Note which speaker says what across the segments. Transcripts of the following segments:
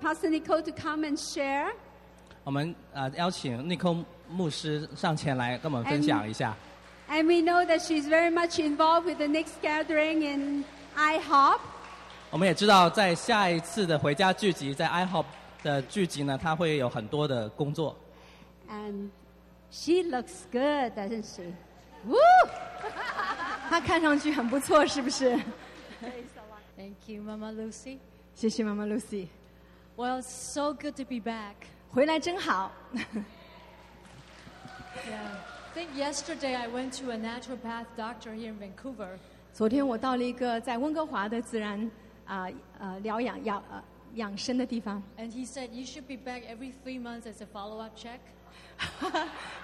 Speaker 1: Pastor Nicole to come and share.
Speaker 2: 我们呃邀请 Nicole 牧师上前来跟我们分享一下。
Speaker 3: 哎
Speaker 1: And we know that she's very much involved with the next gathering in IHOP.
Speaker 2: 我们也知道，在下一次的回家聚集，在 IHOP 的聚集呢，它会有很多的工作。
Speaker 1: And she looks good, doesn't she? Woo!
Speaker 4: 她看上去很不错，是不是？
Speaker 5: Thank you, Mama Lucy.
Speaker 4: 谢谢妈妈 Lucy，
Speaker 5: Well, it's so good to be back.
Speaker 4: 回来真好。
Speaker 5: Yeah. I think yesterday I went to a naturopath doctor here in Vancouver.
Speaker 4: 昨天我到了一个在温哥华的自然啊呃疗养养呃养生的地方，
Speaker 5: And he said you should be back every three months as a follow-up check.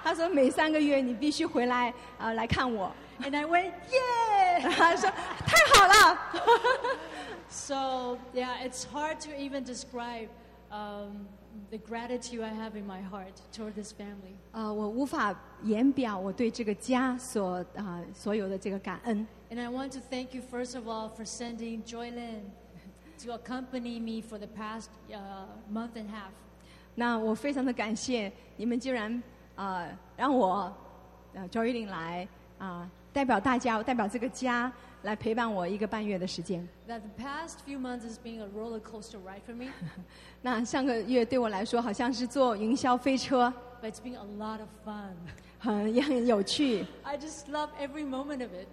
Speaker 4: 他说每三个月你必须回来呃来看我，
Speaker 5: And I went, yeah.
Speaker 4: 他说太好了。
Speaker 5: So yeah, it's hard to even describe um, the gratitude I have in my heart toward this family.
Speaker 4: 呃，我无法言表我对这个家所啊、所有的这个感恩。
Speaker 5: And I want to thank you first of all for sending Joylyn to accompany me for the past uh, month and a half.
Speaker 4: 那我非常的感谢你们，竟然啊、呃让我呃 j o y l i n 来啊、代表大家，代表这个家来陪伴我一个半月的时间。
Speaker 5: That the past few months has been a roller coaster ride for me,
Speaker 4: 那上个月对我来说好像是坐云霄飞车，
Speaker 5: but it's been a lot of fun.
Speaker 4: 很也很有趣。
Speaker 5: I just love every moment of it.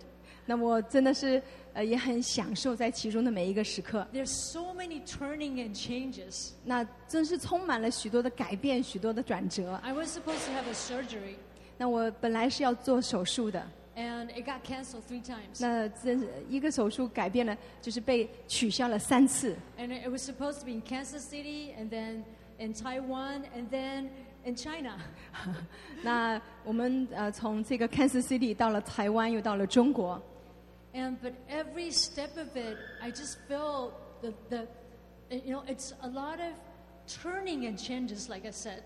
Speaker 4: 那我真的是呃也很享受在其中的每一个时刻。
Speaker 5: There's so many turning and changes.
Speaker 4: 那真是充满了许多的改变，许多的转折。
Speaker 5: I was supposed to have a surgery,
Speaker 4: 那我本来是要做手术的，
Speaker 5: and it got canceled three times.
Speaker 4: 那真是一个手术改变了，就是被取消了三次。
Speaker 5: And it was supposed to be in Kansas City, and then in Taiwan, and then in China.
Speaker 4: 那我们呃从这个 Kansas City 到了台湾，又到了中国。
Speaker 5: And but every step of it, I just felt the, the you know, it's a lot of turning and changes, like I said.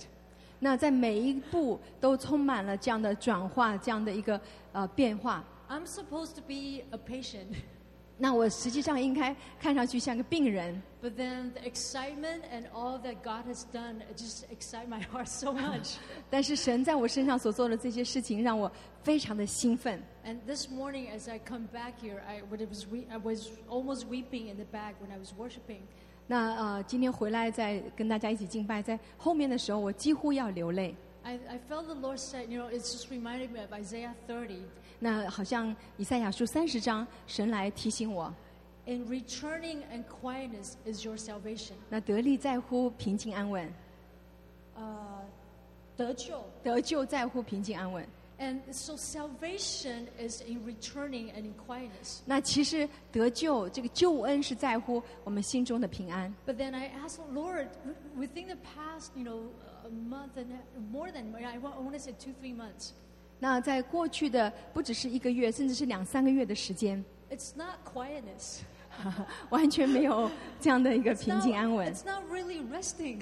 Speaker 4: 那在每一步都充满了这样的转化，这样的一个呃变化。
Speaker 5: I'm supposed to be a patient,
Speaker 4: 那我实际上应该看上去像个病人，
Speaker 5: but then the excitement and all that God has done it just excite my heart so much.
Speaker 4: 但是神在我身上所做的这些事情让我非常的兴奋。
Speaker 5: and this morning, as I come back here, I, when it was we, I was almost weeping in the back when I was worshiping.
Speaker 4: 那呃今天回来再跟大家一起敬拜，在后面的时候我几乎要流泪。
Speaker 5: I, I felt the Lord said, you know, it's just reminded me of Isaiah 30.
Speaker 4: 那好像以赛亚书三十章，神来提醒我，
Speaker 5: In returning and quietness is your salvation.
Speaker 4: 那得力在乎平静安稳，
Speaker 5: Uh, 得救.
Speaker 4: 得救在乎平静安稳。
Speaker 5: And so salvation is in returning and in quietness.
Speaker 4: 那其实得救这个救恩是在乎我们心中的平安。
Speaker 5: But then I asked the Lord, w- within the past, you know, a month and a- more than, I want to say two, three months,
Speaker 4: 那在过去的不只是一个月，甚至是两三个月的时间，
Speaker 5: it's not quietness.
Speaker 4: 完全没有这样的一个
Speaker 5: It's
Speaker 4: 平
Speaker 5: not-
Speaker 4: 静安 稳，
Speaker 5: It's not really resting.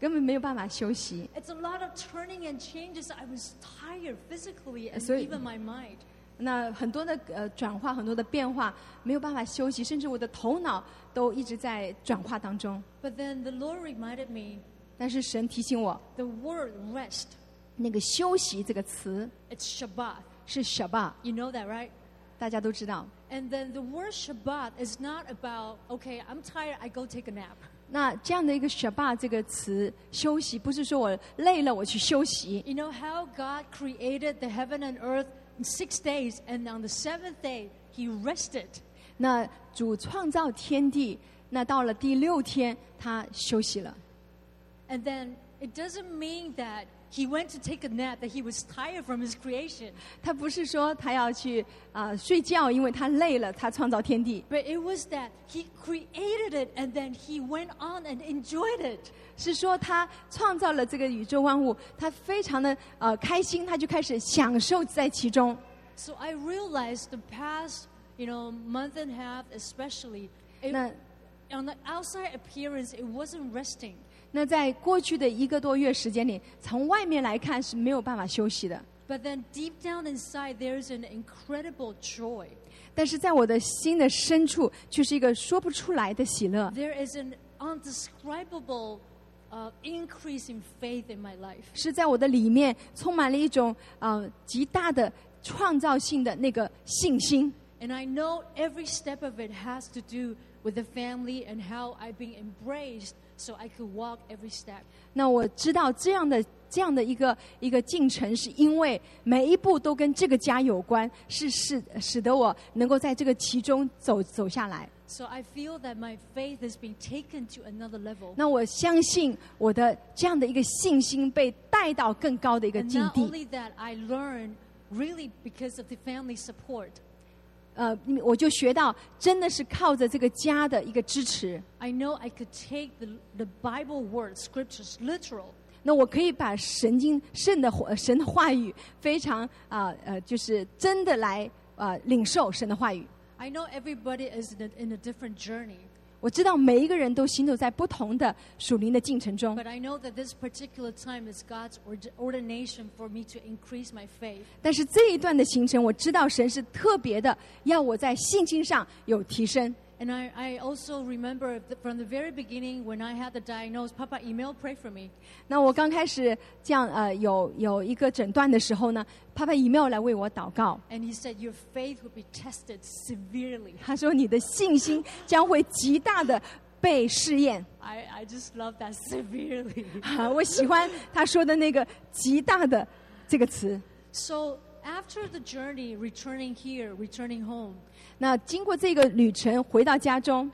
Speaker 4: 根本没有办法休息。
Speaker 5: It's a lot of turning and changes. I was tired physically and
Speaker 4: So-
Speaker 5: even my mind.
Speaker 4: 那很多的呃转化，很多的变化，没有办法休息，甚至我的头脑都一直在转化当中。
Speaker 5: But then the Lord reminded me
Speaker 4: 但是神提醒我，
Speaker 5: the word rest,
Speaker 4: 那个休息这个词
Speaker 5: it's Shabbat.
Speaker 4: 是 Shabbat，
Speaker 5: You know that, right?
Speaker 4: 大家都知道。
Speaker 5: And then the word Shabbat is not about, okay, I'm tired, I go take a nap.
Speaker 4: 那这样的一个 Shabbat 这个词，休息不是说我累了我去休息，
Speaker 5: You know how God created the heaven and earth in six days, and on the seventh day, He rested.
Speaker 4: 那主创造天地，那到了第六天，他休息了。
Speaker 5: And then it doesn't mean that He went to take a nap, that He was tired from His creation,
Speaker 4: 他不是说他要去啊、呃睡觉，因为他累了，他创造天地，
Speaker 5: but it was that He created it and then He went on and enjoyed it.
Speaker 4: 是说他创造了这个宇宙万物，他非常的呃开心，他就开始享受在其中。
Speaker 5: So I realized the past, you know, month and a half, especially, it,
Speaker 4: 那
Speaker 5: on the outside appearance, it wasn't resting.
Speaker 4: 那在过去的一个多月时间里，从外面来看是没有办法休息的。
Speaker 5: But then deep down inside, there's an incredible joy.
Speaker 4: 但是在我的心的深处，却是一个说不出来的喜乐，
Speaker 5: There is an undescribable uh, increase in faith in my life.
Speaker 4: 是在我的里面充满了一种呃极大的创造性的那个信心。
Speaker 5: And I know every step of it has to do with the family and how I've been embraced so I could walk every step.
Speaker 4: 那我知道这样的这样的一个一个进程，是因为每一步都跟这个家有关，是是使得我能够在这个其中走走下来。
Speaker 5: So I feel that my faith has been taken to another level.
Speaker 4: 那我相信我的这样的一个信心被带到更高的一个
Speaker 5: And
Speaker 4: 境
Speaker 5: not
Speaker 4: 地。
Speaker 5: only that, I learned really because of the family support.
Speaker 4: 呃，我就学到真的是靠着这个家的一个支持。
Speaker 5: I know I could take the, the Bible word, scriptures, literal.
Speaker 4: 那我可以把神经圣的话神的话语非常啊呃就是真的来呃领受神的话语。
Speaker 5: I know everybody is in a, in a different journey,
Speaker 4: 我知道每一个人都行走在不同的属灵的进程中，
Speaker 5: but I know that this particular time is God's ord- ordination for me to increase my faith.
Speaker 4: 但是这一段的行程，我知道神是特别的，要我在信心上有提升。
Speaker 5: And I, I also remember th- from the very beginning when I had the diagnosis, Papa Emil prayed for me.
Speaker 4: 那我刚开始这样呃有有一个诊断的时候呢，帕帕 email 来为我祷告，
Speaker 5: And he said, Your faith will be tested severely.
Speaker 4: 他说你的信心将会极大的被试验。
Speaker 5: I, I just love that severely.
Speaker 4: 啊，我喜欢他说的那个“极大的”这个词。
Speaker 5: so after the journey, returning here, returning home,
Speaker 4: 那经过这个旅程回到家中，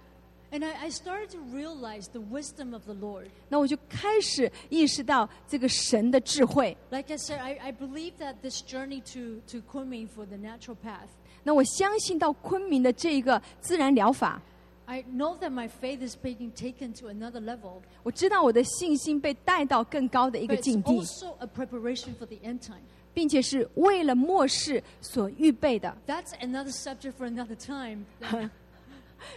Speaker 5: and I, I started to realize the wisdom of the Lord.
Speaker 4: 那我就开始意识到这个神的智慧。
Speaker 5: Like I said, I, I believe that this journey to, to Kunming for the natural path,
Speaker 4: 那我相信到昆明的这一个自然疗法，
Speaker 5: I know that my faith is being taken to another level,
Speaker 4: 我知道我的信心被带到更高的一个
Speaker 5: but it's
Speaker 4: 境地，
Speaker 5: also a preparation for the end time.
Speaker 4: 并且是为了末世所预备的。
Speaker 5: That's another subject for another time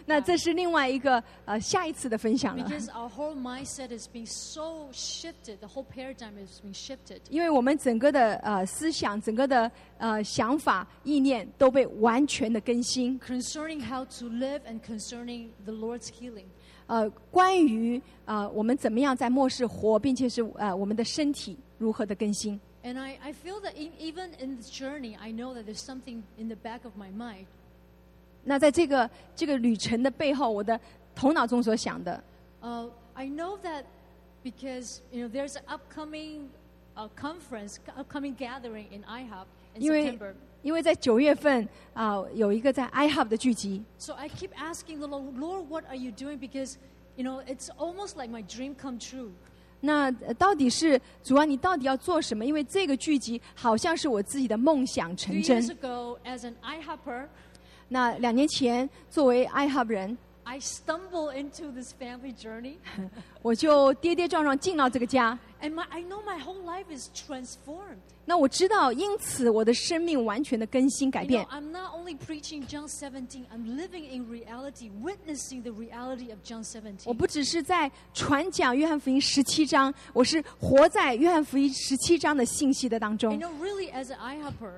Speaker 4: 那这是另外一个呃下一次的分享了，
Speaker 5: because our whole mindset is being so shifted. The whole paradigm is being shifted.
Speaker 4: 因为我们整个的呃思想、整个的呃想法、意念都被完全的更新。
Speaker 5: Concerning how to live and concerning the Lord's healing.
Speaker 4: 呃，关于呃我们怎么样在末世活，并且是呃我们的身体如何的更新。
Speaker 5: And I, I feel that in, even in this journey, I know that there's something in the back of my mind.
Speaker 4: 那在这个这个旅程的背后，我的头脑中所想的，
Speaker 5: Uh, I know that because you know there's an upcoming uh, conference, upcoming gathering in IHOP in
Speaker 4: 因为
Speaker 5: September.
Speaker 4: 因为在九月份啊、有一个在 iHub 的聚集，
Speaker 5: So I keep asking the Lord, Lord, what are you doing? Because you know it's almost like my dream come true.
Speaker 4: 那呃到底是主啊，你到底要做什么？因为这个聚集好像是我自己的梦想成
Speaker 5: Three
Speaker 4: 真
Speaker 5: years。ago, as an IHOPper,
Speaker 4: 那两年前，作为 iHub 人，
Speaker 5: I stumbled into this family journey,
Speaker 4: 我就跌跌撞撞进到这个家。
Speaker 5: and my, I know my whole life is transformed.
Speaker 4: 那我知道，因此我的生命完全的更新改
Speaker 5: You know,
Speaker 4: 变。
Speaker 5: I'm not only preaching John 17; I'm living in reality, witnessing the reality of John 17.
Speaker 4: 我不只是在传讲约翰福音十七章，我是活在约翰福音十七章的信息的当
Speaker 5: You
Speaker 4: 中。
Speaker 5: know, really, as an IHOPper,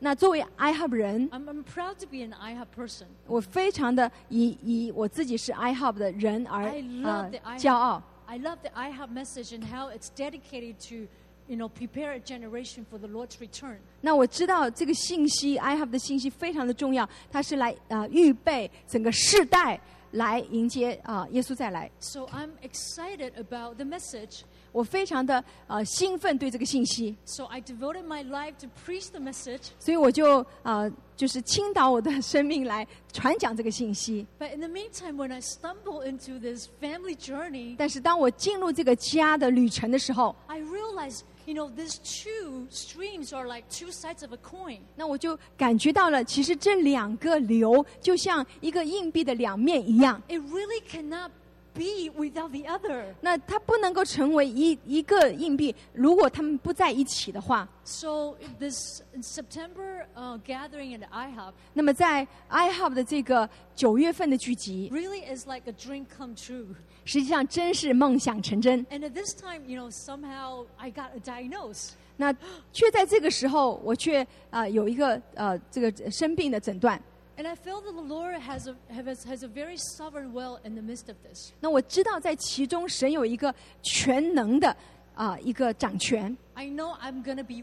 Speaker 4: 那作为 iHub 人，
Speaker 5: I'm, I'm proud to be an IHOP person.
Speaker 4: 我非常的以以我自己是 iHub 的人而
Speaker 5: I
Speaker 4: 呃
Speaker 5: love the IHOP.
Speaker 4: 骄傲。
Speaker 5: I love the IHOP message and how it's dedicated to, you know, prepare a generation for the Lord's return.
Speaker 4: 那我知道这个信息，iHub 的信息非常的重要，它是来呃预备整个世代来迎接啊、耶稣再来。
Speaker 5: So I'm excited about the message.
Speaker 4: 我非常的呃兴奋对这个信息，
Speaker 5: So I devoted my life to preach the message.
Speaker 4: 所以我就呃就是倾倒我的生命来传讲这个信息。
Speaker 5: But in the meantime, when I stumble into this family journey,
Speaker 4: 但是当我进入这个家的旅程的时候，
Speaker 5: I realized, you know, these two streams are like two sides of a coin.
Speaker 4: 那我就感觉到了，其实这两个流就像一个硬币的两面一样，
Speaker 5: It really cannot be without the other.
Speaker 4: 那它不能够成为一一个硬币，如果他们不在一起的话，
Speaker 5: So this September uh, gathering at IHOP
Speaker 4: 那么在 iHub 的这个九月份的聚集，
Speaker 5: really is like a dream come true.
Speaker 4: 实际上真是梦想成真。
Speaker 5: And at this time, you know, somehow I got diagnosed.
Speaker 4: 那却在这个时候，我却啊、呃有一个呃这个生病的诊断。
Speaker 5: And I feel that the Lord has a, has, has a very sovereign will in the midst of this.
Speaker 4: 那我知道在其中神有一个全能的啊、一个掌权，
Speaker 5: I know I'm going to be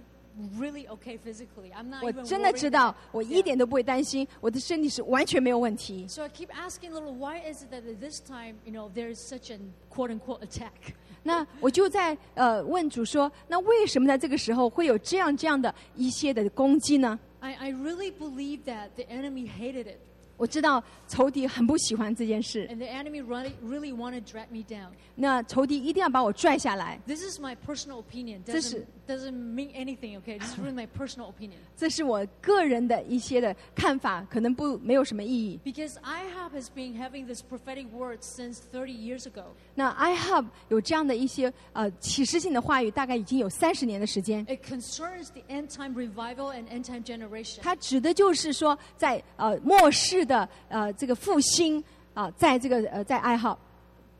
Speaker 5: really okay physically. I'm not
Speaker 4: 我
Speaker 5: even
Speaker 4: 真的
Speaker 5: worried.
Speaker 4: 知道，我一
Speaker 5: Yeah.
Speaker 4: 点都不会担心，我的身体是完全没有问题。
Speaker 5: So I keep asking, little, why is it that at this time, you know, there is such an quote unquote attack?
Speaker 4: 那我就在呃问主说，那为什么在这个时候会有这样这样的一些的攻击呢？
Speaker 5: I, I really believe that the enemy hated it,
Speaker 4: 我知道仇敌很不喜欢这件事，
Speaker 5: and the enemy really, really wanted to drag me down.
Speaker 4: 那仇敌一定要把我拽下来，
Speaker 5: This is my personal opinion.
Speaker 4: 这是-
Speaker 5: Doesn't doesn't mean anything, okay? This is really my personal opinion
Speaker 4: 这是我个人的一些的看法，可能不没有什么意义。
Speaker 5: because IHOP has been having this prophetic word since 30 years ago.
Speaker 4: 那 iHub 有这样的一些呃启示性的话语，大概已经有三十年的时间。
Speaker 5: It concerns the end time revival and end time generation.
Speaker 4: 它指的就是说，在呃末世的呃这个复兴啊、在这个呃在 iHub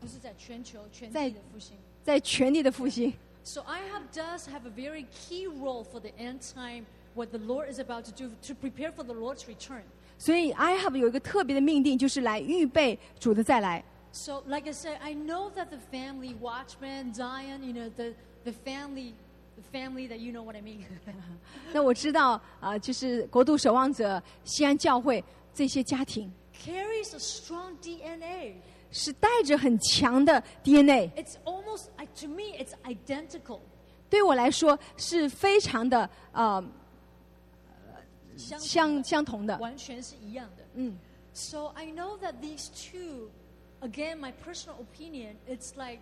Speaker 4: 在-
Speaker 5: 不是在全球，全地的复兴。
Speaker 4: 在全力的复兴。
Speaker 5: So IHOP does have a very key role for the end time, what the Lord is about to do to prepare for the Lord's return.
Speaker 4: 所以 iHub 有一个特别的命定，就是来预备主的再来。
Speaker 5: So, like I said, I know that the family, Watchman, Zion, you know, the, the family, the family that you know what I mean.
Speaker 4: 那我知道啊、就是国度守望者、西安教会这些家庭
Speaker 5: carries a strong DNA.
Speaker 4: 是带着很强的 DNA，
Speaker 5: It's almost, I- to me, it's identical.
Speaker 4: 对我来说是非常的呃相相同的。
Speaker 5: 完全是一样的。
Speaker 4: 嗯。
Speaker 5: So I know that these two, again, my personal opinion, it's like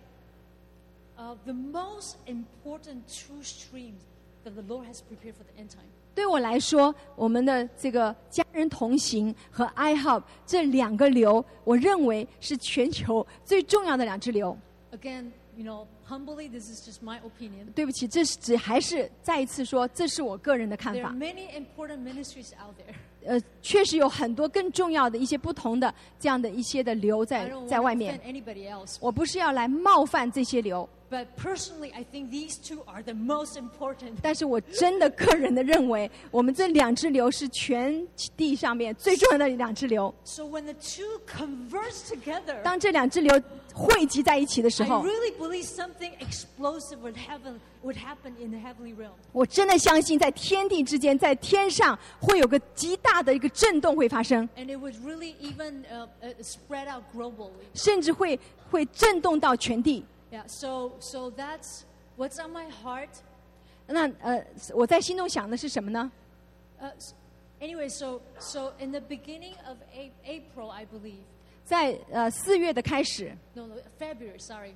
Speaker 5: uh, the most important two streams that the Lord has prepared for the end time.
Speaker 4: 对我来说，我们的这个家人同行和 iHub 这两个流，我认为是全球最重要的两支流。
Speaker 5: Again, you know, humbly, this is just my opinion.
Speaker 4: 对不起，这是只还是再一次说，这是我个人的看
Speaker 5: There are
Speaker 4: 法。
Speaker 5: many important ministries out there.
Speaker 4: 呃，确实有很多更重要的一些不同的这样的一些的流
Speaker 5: I
Speaker 4: 在
Speaker 5: don't
Speaker 4: 在外
Speaker 5: want to
Speaker 4: 面
Speaker 5: offend。anybody else,
Speaker 4: 我不是要来冒犯这些流，
Speaker 5: but personally, I think these two are the most important.
Speaker 4: 但是我真的个人的认为，我们这两支流是全地上面最重要的两支流。
Speaker 5: So when the two converge together,
Speaker 4: 当这两支流汇集在一起的时
Speaker 5: I
Speaker 4: 候，
Speaker 5: really believe something explosive would happen would happen in the heavenly realm.
Speaker 4: 我真的相信，在天地之间，在天上会有个极大的一个震动会发生，
Speaker 5: And it would really even uh, uh, spread out globally.
Speaker 4: 甚至会会震动到全地。
Speaker 5: Yeah. So so that's what's on my heart.
Speaker 4: 那呃，我在心中想的是什么呢？
Speaker 5: Uh, s- anyway, so so in the beginning of a- April, I believe,
Speaker 4: 在呃四月的开始，
Speaker 5: no, no February, sorry,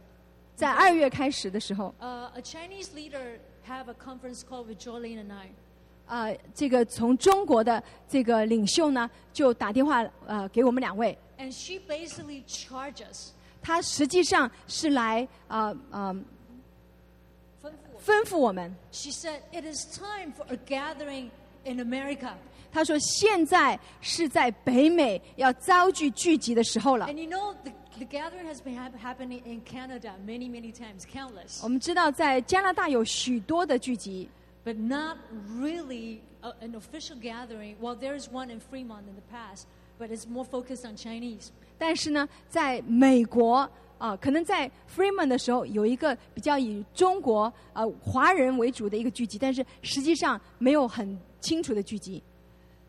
Speaker 4: 在二月开始的时候，
Speaker 5: uh, a Chinese leader have a conference call with Jolene and I.
Speaker 4: 呃，这个从中国的这个领袖呢，就打电话呃给我们两位，
Speaker 5: And she basically charged us.
Speaker 4: 他实际上是来呃呃
Speaker 5: 吩咐我们。
Speaker 4: 吩咐我们，
Speaker 5: She said, "It is time for a gathering in America."
Speaker 4: 他说现在是在北美要遭聚聚集的时候了。
Speaker 5: And you know, the, the gathering has been hap- happening in Canada many, many times, countless,
Speaker 4: 我们知道，在加拿大有许多的聚集，
Speaker 5: but not really a, an official gathering. Well, there is one in Fremont in the past, but it's more focused on Chinese.
Speaker 4: 但是呢，在美国啊、可能在 Freeman 的时候有一个比较以中国呃华人为主的一个聚集，但是实际上没有很清楚的聚集。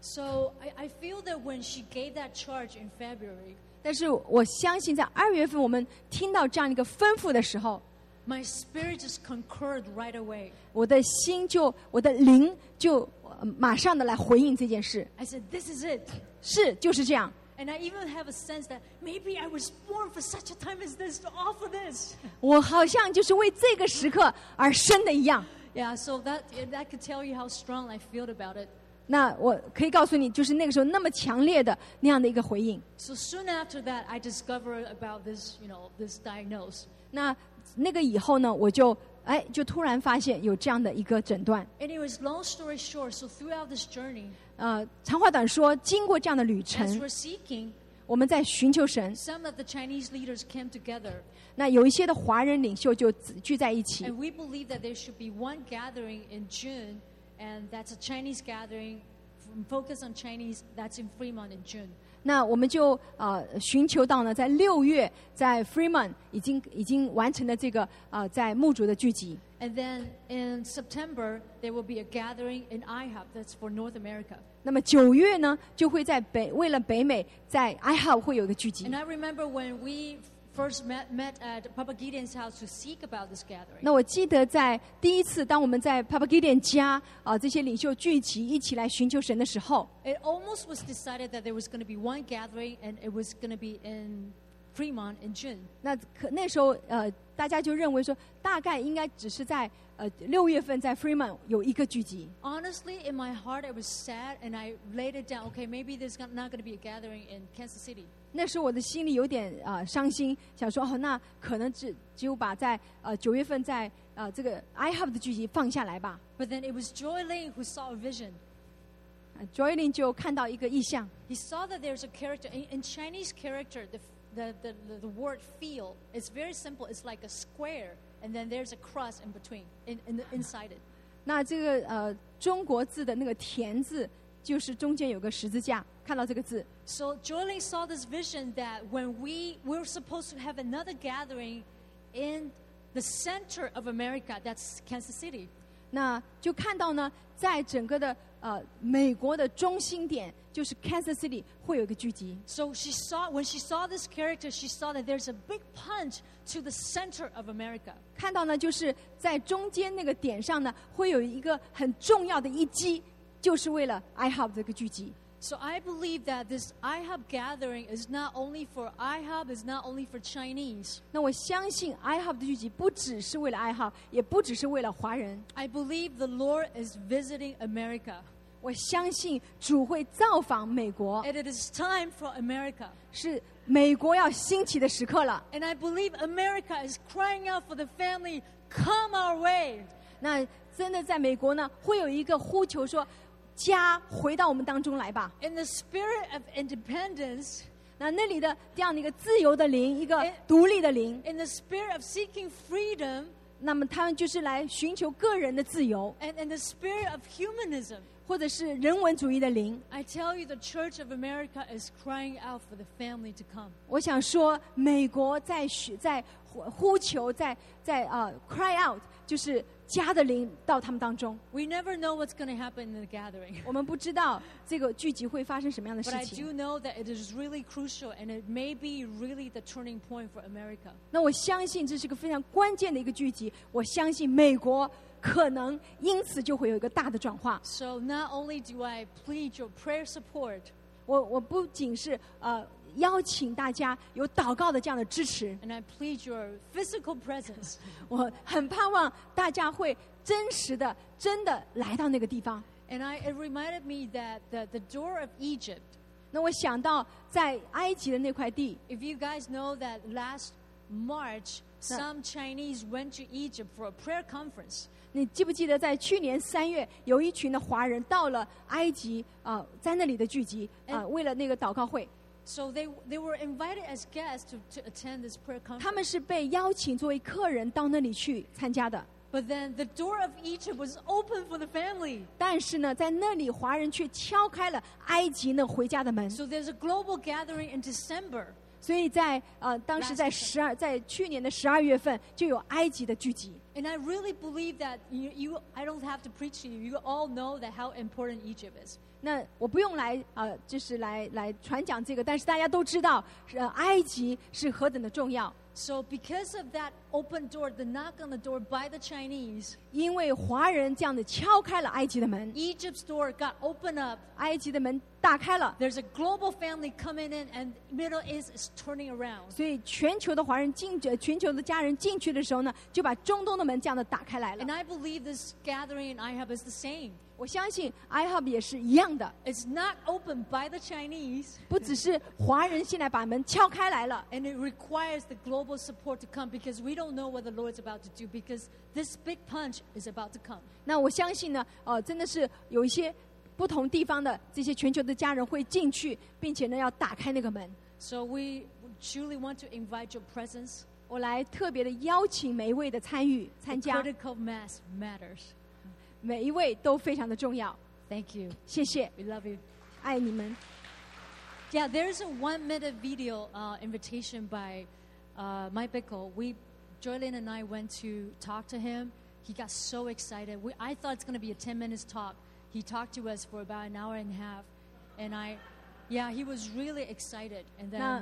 Speaker 5: So I, I feel that when she gave that charge in February,
Speaker 4: 但是我相信，在二月份我们听到这样一个吩咐的时候，
Speaker 5: my spirit just concurred right away.
Speaker 4: 我的心就我的灵就呃马上的来回应这件事，
Speaker 5: I said, "This is it."
Speaker 4: 是就是这样。
Speaker 5: And I even have a sense that maybe I was born for such a time as this to offer this.
Speaker 4: 我好像就是为这个时刻而生的一样。
Speaker 5: Yeah, so that that could tell you how strong I feel about it.
Speaker 4: 那我可以告诉你，就是那个时候那么强烈的那样的一个回应。
Speaker 5: So soon after that, I discovered about this, you know, this diagnosis.
Speaker 4: 那那个以后呢，我就哎，就突然发现有这样的一个诊断。
Speaker 5: Anyways, long story short, so throughout this journey,
Speaker 4: 呃，长话短说，经过这样的旅
Speaker 5: as
Speaker 4: 程，
Speaker 5: we're seeking,
Speaker 4: 我们在寻求神。
Speaker 5: some of the Chinese leaders came together,
Speaker 4: 那有一些的华人领袖就聚在一起
Speaker 5: and。we believe that there should be one gathering in June, and that's a Chinese gathering, f- focused on Chinese, that's in Fremont in June.
Speaker 4: 那我们就呃寻求到呢，在六月在 Freeman 已经已经完成了这个呃在牧主的聚集。
Speaker 5: And then in September, there will be a gathering in IHOP, that's for North America.
Speaker 4: 那么九月呢，就会在北为了北美在 IHOP 会有一个聚集
Speaker 5: And。I remember when we first met, met at Papa Gideon's house to seek about this gathering.
Speaker 4: 那我记得在第一次，当我们在 Papa Gideon 家啊、这些领袖聚集一起来寻求神的时候，
Speaker 5: It almost was decided that there was going to be one gathering, and it was going to be in Fremont in June.
Speaker 4: 那可那时候呃，大家就认为说，大概应该只是在呃六月份在 Freeman 有一个聚集。
Speaker 5: Honestly, in my heart, I was sad, and I laid it down. Okay, maybe there's not going to be a gathering in Kansas City.
Speaker 4: 那时候我的心里有点啊、呃伤心，想说哦，那可能只只有把在呃九月份在呃这个 iHub 的聚集放下来吧。
Speaker 5: But then it was Joy Lane who saw a vision.
Speaker 4: 呃 Joylin 就看到一个意象，
Speaker 5: He saw that there's a character in, in Chinese character. The, f- the, the, the, the word "feel" is very simple. It's like a square, and then there's a crust in between, in, in the, inside it.
Speaker 4: 那这个呃中国字的那个田字，就是中间有个十字架，看到这个字。
Speaker 5: So Jolene saw this vision that when we we're supposed to have another gathering in the center of America, that's Kansas City.
Speaker 4: 那就看到呢，在整个的呃美国的中心点，就是 Kansas City 会有一个聚集。
Speaker 5: So she saw when she saw this character, she saw that there's a big punch to the center of America.
Speaker 4: 看到呢，就是在中间那个点上呢，会有一个很重要的一击，就是为了 iHub 这个聚集。
Speaker 5: So I believe that this IHUB gathering is not only for IHUB, is not only for Chinese.
Speaker 4: 那我相信 iHub 的聚集不只是为了 iHub，也不只是为了华人。
Speaker 5: I believe the Lord is visiting America.
Speaker 4: 我相信主会造访美国，
Speaker 5: And it is time for America.
Speaker 4: 是美国要兴起的时刻了。
Speaker 5: And I believe America is crying out for the family, come our way.
Speaker 4: 那真的在美国呢，会有一个呼求说：“家回到我们当中来吧。
Speaker 5: In the spirit of independence, ”
Speaker 4: 那那里的这样的一个自由的灵，一个
Speaker 5: 哎
Speaker 4: 独立的灵，
Speaker 5: in the spirit of seeking freedom,
Speaker 4: 那么他们就是来寻求个人的自由，
Speaker 5: and in the spirit of humanism,
Speaker 4: 或者是人文主义的灵。
Speaker 5: I tell you, the Church of America is crying out for the family to come.
Speaker 4: 我想说，美国在许在呼呼求，在在呃、cry out，就是家的灵到他们当中。
Speaker 5: We never know what's going to happen in the gathering,
Speaker 4: 我们不知道这个聚集会发生什么样的事
Speaker 5: but I
Speaker 4: 情。
Speaker 5: do know that it is really crucial, and it may be really the turning point for America.
Speaker 4: 那我相信这是个非常关键的一个聚集。我相信美国可能因此就会有一个大的转化。
Speaker 5: So not only do I plead your prayer support,
Speaker 4: 我我不仅是呃邀请大家有祷告的这样的支持，
Speaker 5: and I plead your physical presence.
Speaker 4: 我很盼望大家会真实的、真的来到那个地方。
Speaker 5: And I, it reminded me that the, the door of Egypt,
Speaker 4: 那我想到在埃及的那块地，
Speaker 5: if you guys know that last March, some Chinese went to Egypt for a prayer conference.
Speaker 4: 你记不记得在去年三月，有一群的华人到了埃及啊、呃在那里的聚集啊、
Speaker 5: 哎
Speaker 4: 呃为了那个祷告会，
Speaker 5: So they, they were invited as guests to, to attend this prayer
Speaker 4: 他
Speaker 5: conference.
Speaker 4: 们是被邀请作为客人到那里去参加的。
Speaker 5: But then the door of Egypt was open for the family.
Speaker 4: 但是呢，在那里华人却敲开了埃及那回家的门，
Speaker 5: So there's a global gathering in December.
Speaker 4: 所以在呃当时在
Speaker 5: Last
Speaker 4: 十二，在去年的十二月份就有埃及的聚集。
Speaker 5: And I really believe that you, you, I don't have to preach to you. You all know that how important Egypt is.
Speaker 4: 那我不用来呃，就是来来传讲这个，但是大家都知道，呃，埃及是何等的重要。
Speaker 5: So because of that open door, the knock on the door by the Chinese,
Speaker 4: 因为华人这样子敲开了埃及的门，
Speaker 5: Egypt's door got opened up
Speaker 4: 埃及的门打开了，
Speaker 5: There's a global family coming in, and Middle East is turning around.
Speaker 4: 所以全球的华人进呃全球的家人进去的时候呢，就把中东的门这样的打开来了
Speaker 5: And。I believe this gathering in IHUB is the same.
Speaker 4: 我相信 iHub 也是一样的，
Speaker 5: It's not opened by the Chinese,
Speaker 4: 不只是华人现在把门敲开来了，
Speaker 5: and it requires the global support to come because we don't know what the Lord's about to do because this big punch is about to come.
Speaker 4: 那我相信呢，呃，真的是有一些不同地方的这些全球的家人会进去，并且呢要打开那个门。
Speaker 5: So we truly want to invite your presence.
Speaker 4: 我来特别的邀请每一位的参与参
Speaker 5: The
Speaker 4: 加，
Speaker 5: critical mass matters.
Speaker 4: 每一位都非常的重要。
Speaker 5: Thank you.
Speaker 4: 谢谢，
Speaker 5: We love you.
Speaker 4: 爱你们。
Speaker 5: Yeah, there's a one minute video uh, invitation by uh, Mike Bickle. We, Joylyn and I went to talk to him. He got so excited. We, I thought it's going to be a 10 minutes talk. He talked to us for about an hour and a half. And I, yeah, he was really excited. And then,
Speaker 4: 那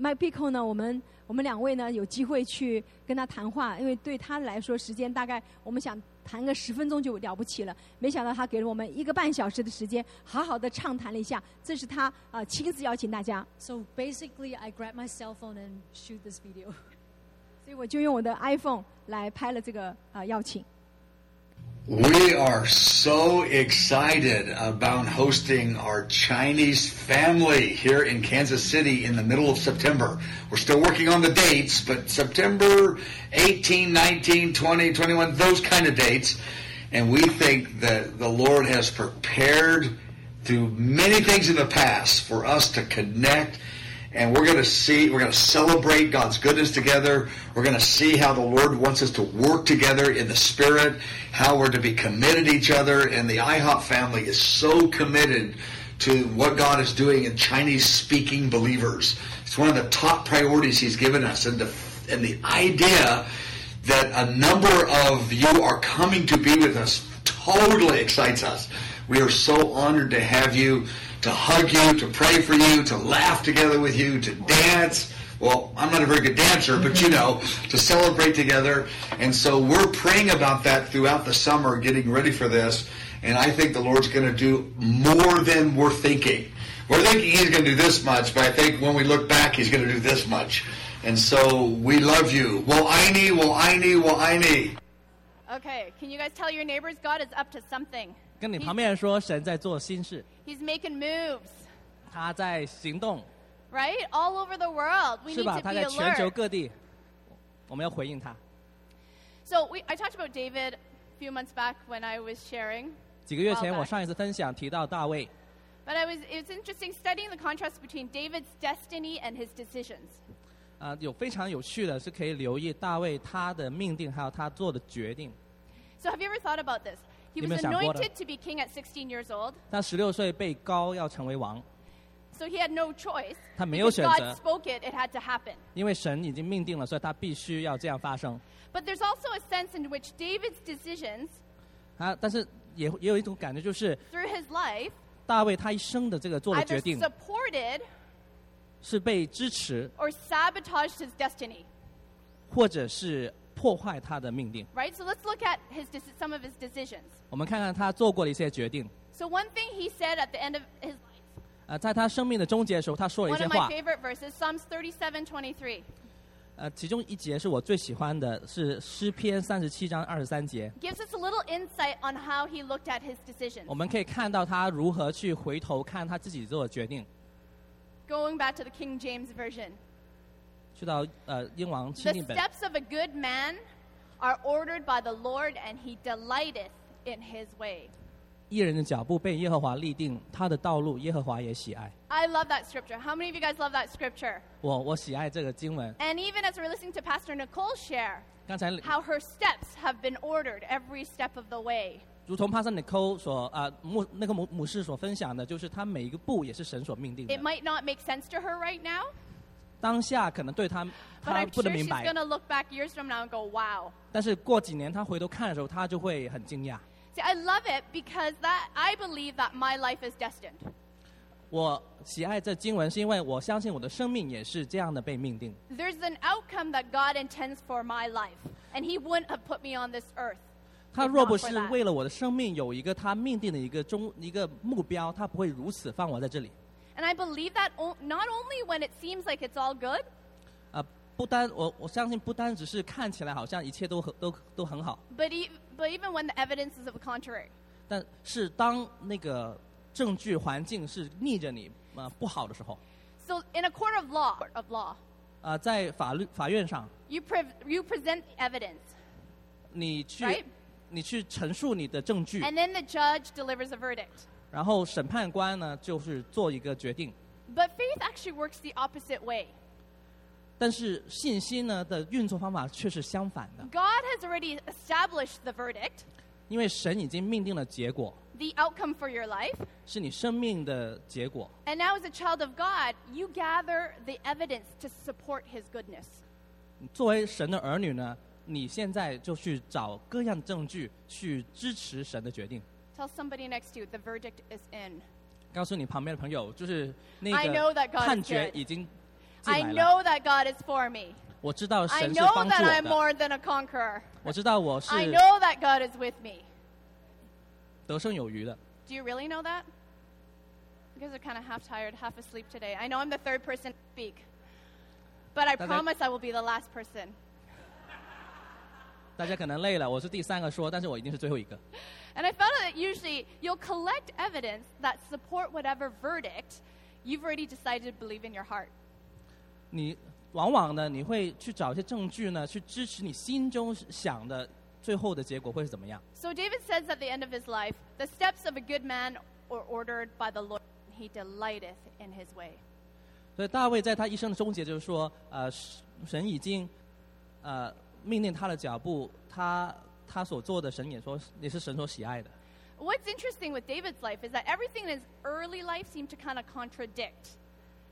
Speaker 4: Mike Bickle 呢，我们我们两位呢有机会去跟他谈话，因为对他来说时间大概我们想谈个十分钟就了不起了，没想到他给了我们一个半小时的时间，好好的畅谈了一下。这是他啊、呃亲自邀请大家，
Speaker 5: so basically, I grabbed my cell phone and shoot this video.
Speaker 4: 所以我就用我的 iPhone 来拍了这个啊、呃邀请。
Speaker 6: We are so excited about hosting our Chinese family here in Kansas City in the middle of September. We're still working on the dates, but September 18, 19, 20, 21, those kind of dates. And we think that the Lord has prepared through many things in the past for us to connect and we're going to see we're going to celebrate god's goodness together we're going to see how the lord wants us to work together in the spirit how we're to be committed to each other and the ihop family is so committed to what god is doing in chinese speaking believers it's one of the top priorities he's given us and the, and the idea that a number of you are coming to be with us totally excites us. We are so honored to have you, to hug you, to pray for you, to laugh together with you, to dance. Well, I'm not a very good dancer, but you know, to celebrate together. And so we're praying about that throughout the summer, getting ready for this. And I think the Lord's going to do more than we're thinking. We're thinking he's going to do this much, but I think when we look back, he's going to do this much. And so we love you. Well, I need, well, I need, well, I need.
Speaker 3: Okay, can you guys tell your neighbors God is up to something?
Speaker 2: 跟你旁边人说，神在做新事，
Speaker 3: He's making moves,
Speaker 2: 他在行动，
Speaker 3: right? All over the world. We
Speaker 2: 是
Speaker 3: need
Speaker 2: 吧？
Speaker 3: to
Speaker 2: 他
Speaker 3: be
Speaker 2: 在全球
Speaker 3: alert.
Speaker 2: 各地，我们要回应他。
Speaker 3: So we, I talked about David a few months back when I was sharing,
Speaker 2: 几个月前，
Speaker 3: Wow,
Speaker 2: 我
Speaker 3: that-
Speaker 2: 上一次分享提到大卫，
Speaker 3: but I was it was interesting studying the contrast between David's destiny and his decisions.
Speaker 2: 啊、有非常有趣的是可以留意大卫他的命定，还有他做的决定。
Speaker 3: So have you ever thought about this?
Speaker 2: 你
Speaker 3: He was
Speaker 2: 有没有想过呢？
Speaker 3: anointed to be king at 16 years old,
Speaker 2: 他十六岁被高要成为王，
Speaker 3: so he had no choice.
Speaker 2: 他没有
Speaker 3: Because God
Speaker 2: 选择。
Speaker 3: spoke it; it had to happen.
Speaker 2: 因为神已经命定了，所以他必须要这样发生。
Speaker 3: But there's also a sense in which David's decisions
Speaker 2: 啊，但是也也有一种感觉，就是
Speaker 3: through his life
Speaker 2: 大卫他一生的这个做的
Speaker 3: either
Speaker 2: 决定
Speaker 3: supported
Speaker 2: 是被支持，
Speaker 3: or sabotaged his destiny.
Speaker 2: 或者是破坏他的命定。
Speaker 3: Right? So let's look at his, deci- some of his decisions.
Speaker 2: 我们看看他做过的一些决定。
Speaker 3: So, one thing he said at the end of his life,
Speaker 2: 呃，在他生命的终结的时候，他说了一
Speaker 3: one
Speaker 2: 些
Speaker 3: of my
Speaker 2: 话。
Speaker 3: favorite verses, Psalms 37 23.
Speaker 2: 呃，其中一节是我最喜欢的，是诗篇三十七章二十三节。
Speaker 3: gives us a little insight on how he looked at his decisions.
Speaker 2: 我们可以看到他如何去回头看他自己做的决定。
Speaker 3: Going back to the King James Version
Speaker 2: 去到呃英王钦
Speaker 3: The
Speaker 2: 定本，
Speaker 3: steps of a good man are ordered by the Lord, and he delighteth in his way.
Speaker 2: 一人的脚步被耶和华立定，他的道路耶和华也喜爱。
Speaker 3: I love that scripture. How many of you guys love that scripture?
Speaker 2: 我我喜爱这个经文。
Speaker 3: And even as we're listening to Pastor Nicole share
Speaker 2: 刚才
Speaker 3: how her steps have been ordered every step of the way.
Speaker 2: 如同帕萨尼科所啊、呃、牧那个牧牧师所分享的，就是他每一个步也是神所命定
Speaker 3: It
Speaker 2: 的。
Speaker 3: might not make sense to her right now,
Speaker 2: 当下可能对他
Speaker 3: but
Speaker 2: 他
Speaker 3: I'm
Speaker 2: 不能
Speaker 3: sure
Speaker 2: 明
Speaker 3: she's
Speaker 2: 白
Speaker 3: going，to look back years from now and go, wow.
Speaker 2: 但是过几年他回头看的时候，他就会很惊讶。
Speaker 3: See, I love it because that I believe that my life is destined.
Speaker 2: 我喜爱这经文，是因为我相信我的生命也是这样的被命定。
Speaker 3: There's an outcome that God intends for my life, and He wouldn't have put me on this earth.
Speaker 2: 他
Speaker 3: if
Speaker 2: 若
Speaker 3: not
Speaker 2: 不
Speaker 3: for
Speaker 2: 是
Speaker 3: that.
Speaker 2: 为了我的生命有一个他命定的一个中一个目标，他不会如此放我在这里。
Speaker 3: And I believe that o- not only when it seems like it's all good,
Speaker 2: 啊、不单我我相信不单只是看起来好像一切都很都都很好，
Speaker 3: but, e- but even when the evidence is of the contrary.
Speaker 2: 但是当那个证据环境是逆着你啊、不好的时候，
Speaker 3: So in a court of law, of law,
Speaker 2: 啊、在法律法院上，
Speaker 3: you, pre- you present the evidence,
Speaker 2: 你去
Speaker 3: Right.
Speaker 2: 你去陈述你的证据，
Speaker 3: and then the judge delivers a verdict.
Speaker 2: 然后审判官呢就是做一个决定。
Speaker 3: But faith actually works the opposite way.
Speaker 2: 但是信心呢的运作方法却是相反的，
Speaker 3: God has already established the verdict,
Speaker 2: 因为神已经命定了结果，
Speaker 3: the outcome for your life,
Speaker 2: 是你生命的结果。
Speaker 3: and now as a child of God, you gather the evidence to support his goodness.
Speaker 2: 作为神的儿女呢，你现在就去找各样的证据去支持神的决定。
Speaker 3: Tell somebody next to you, the verdict is in.
Speaker 2: 告诉你旁边的朋友，就是那
Speaker 3: I know
Speaker 2: 个
Speaker 3: that God is
Speaker 2: 判决
Speaker 3: good.
Speaker 2: 已经
Speaker 3: I
Speaker 2: 进来了。
Speaker 3: know that God is for me.
Speaker 2: 我知道
Speaker 3: I
Speaker 2: 神是
Speaker 3: know
Speaker 2: 帮助
Speaker 3: that
Speaker 2: 我
Speaker 3: I'm
Speaker 2: 的，
Speaker 3: more than a conqueror.
Speaker 2: 我知道我是
Speaker 3: I know that God is with me.
Speaker 2: 得胜有余的。
Speaker 3: Do you really know that? You guys are kind of half tired, half asleep today. I know I'm the third person to speak, but I
Speaker 2: That's it.
Speaker 3: promise I will be the last person.
Speaker 2: 大家可能累了，我是第三个说，但是我一定是最后一个。
Speaker 3: And I found out that usually you'll collect evidence that support whatever verdict you've already decided to believe in your heart.
Speaker 2: 你往往呢，你会去找一些证据呢，去支持你心中想的最后的结果会是怎么样。
Speaker 3: So David says at the end of his life, the steps of a good man are ordered by the Lord, and he delighteth in his way.
Speaker 2: 所以大卫在他一生的终结就是说，呃，神已经呃命令他的脚步，他他所做的，神也说也是神所喜爱的。
Speaker 3: What's interesting with David's life is that everything in his early life seemed to kind of contradict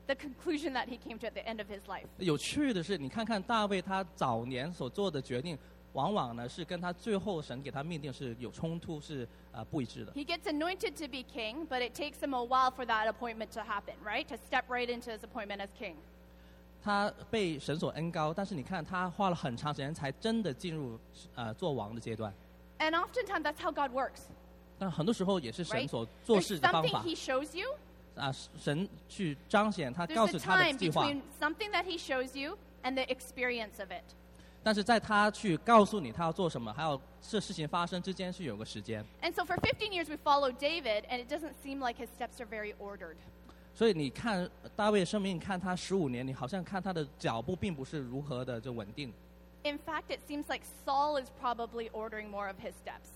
Speaker 3: the conclusion that he came to at the end of his life.
Speaker 2: 有趣的是，你看看大卫他早年所做的决定，往往呢是跟他最后神给他命定是有冲突，是呃不一致的。
Speaker 3: He gets anointed to be king, but it takes him a while for that appointment to happen, right? To step right into his appointment as king.
Speaker 2: 他被神所恩高，但是你看他花了很长时间才真的进入呃做王的阶段。
Speaker 3: And oftentimes that's how God works,
Speaker 2: 但很多时候也是神
Speaker 3: right?
Speaker 2: 所做
Speaker 3: There's
Speaker 2: 事的方
Speaker 3: something
Speaker 2: 法
Speaker 3: he shows you.
Speaker 2: 啊，神去彰显他告
Speaker 3: There's
Speaker 2: 诉
Speaker 3: a
Speaker 2: 他的
Speaker 3: time
Speaker 2: 计划。
Speaker 3: between something that he shows you and the experience of it.
Speaker 2: 但是在他去告诉你他要做什么，还有这事情发生之间是有个时间，
Speaker 3: And so for 15 years we follow David, and it doesn't seem like his steps are very ordered.
Speaker 2: 所以你看大卫生命，看他十五年，你好像看他的脚步并不是如何的就稳定。
Speaker 3: In fact, it seems like Saul is probably ordering more of his steps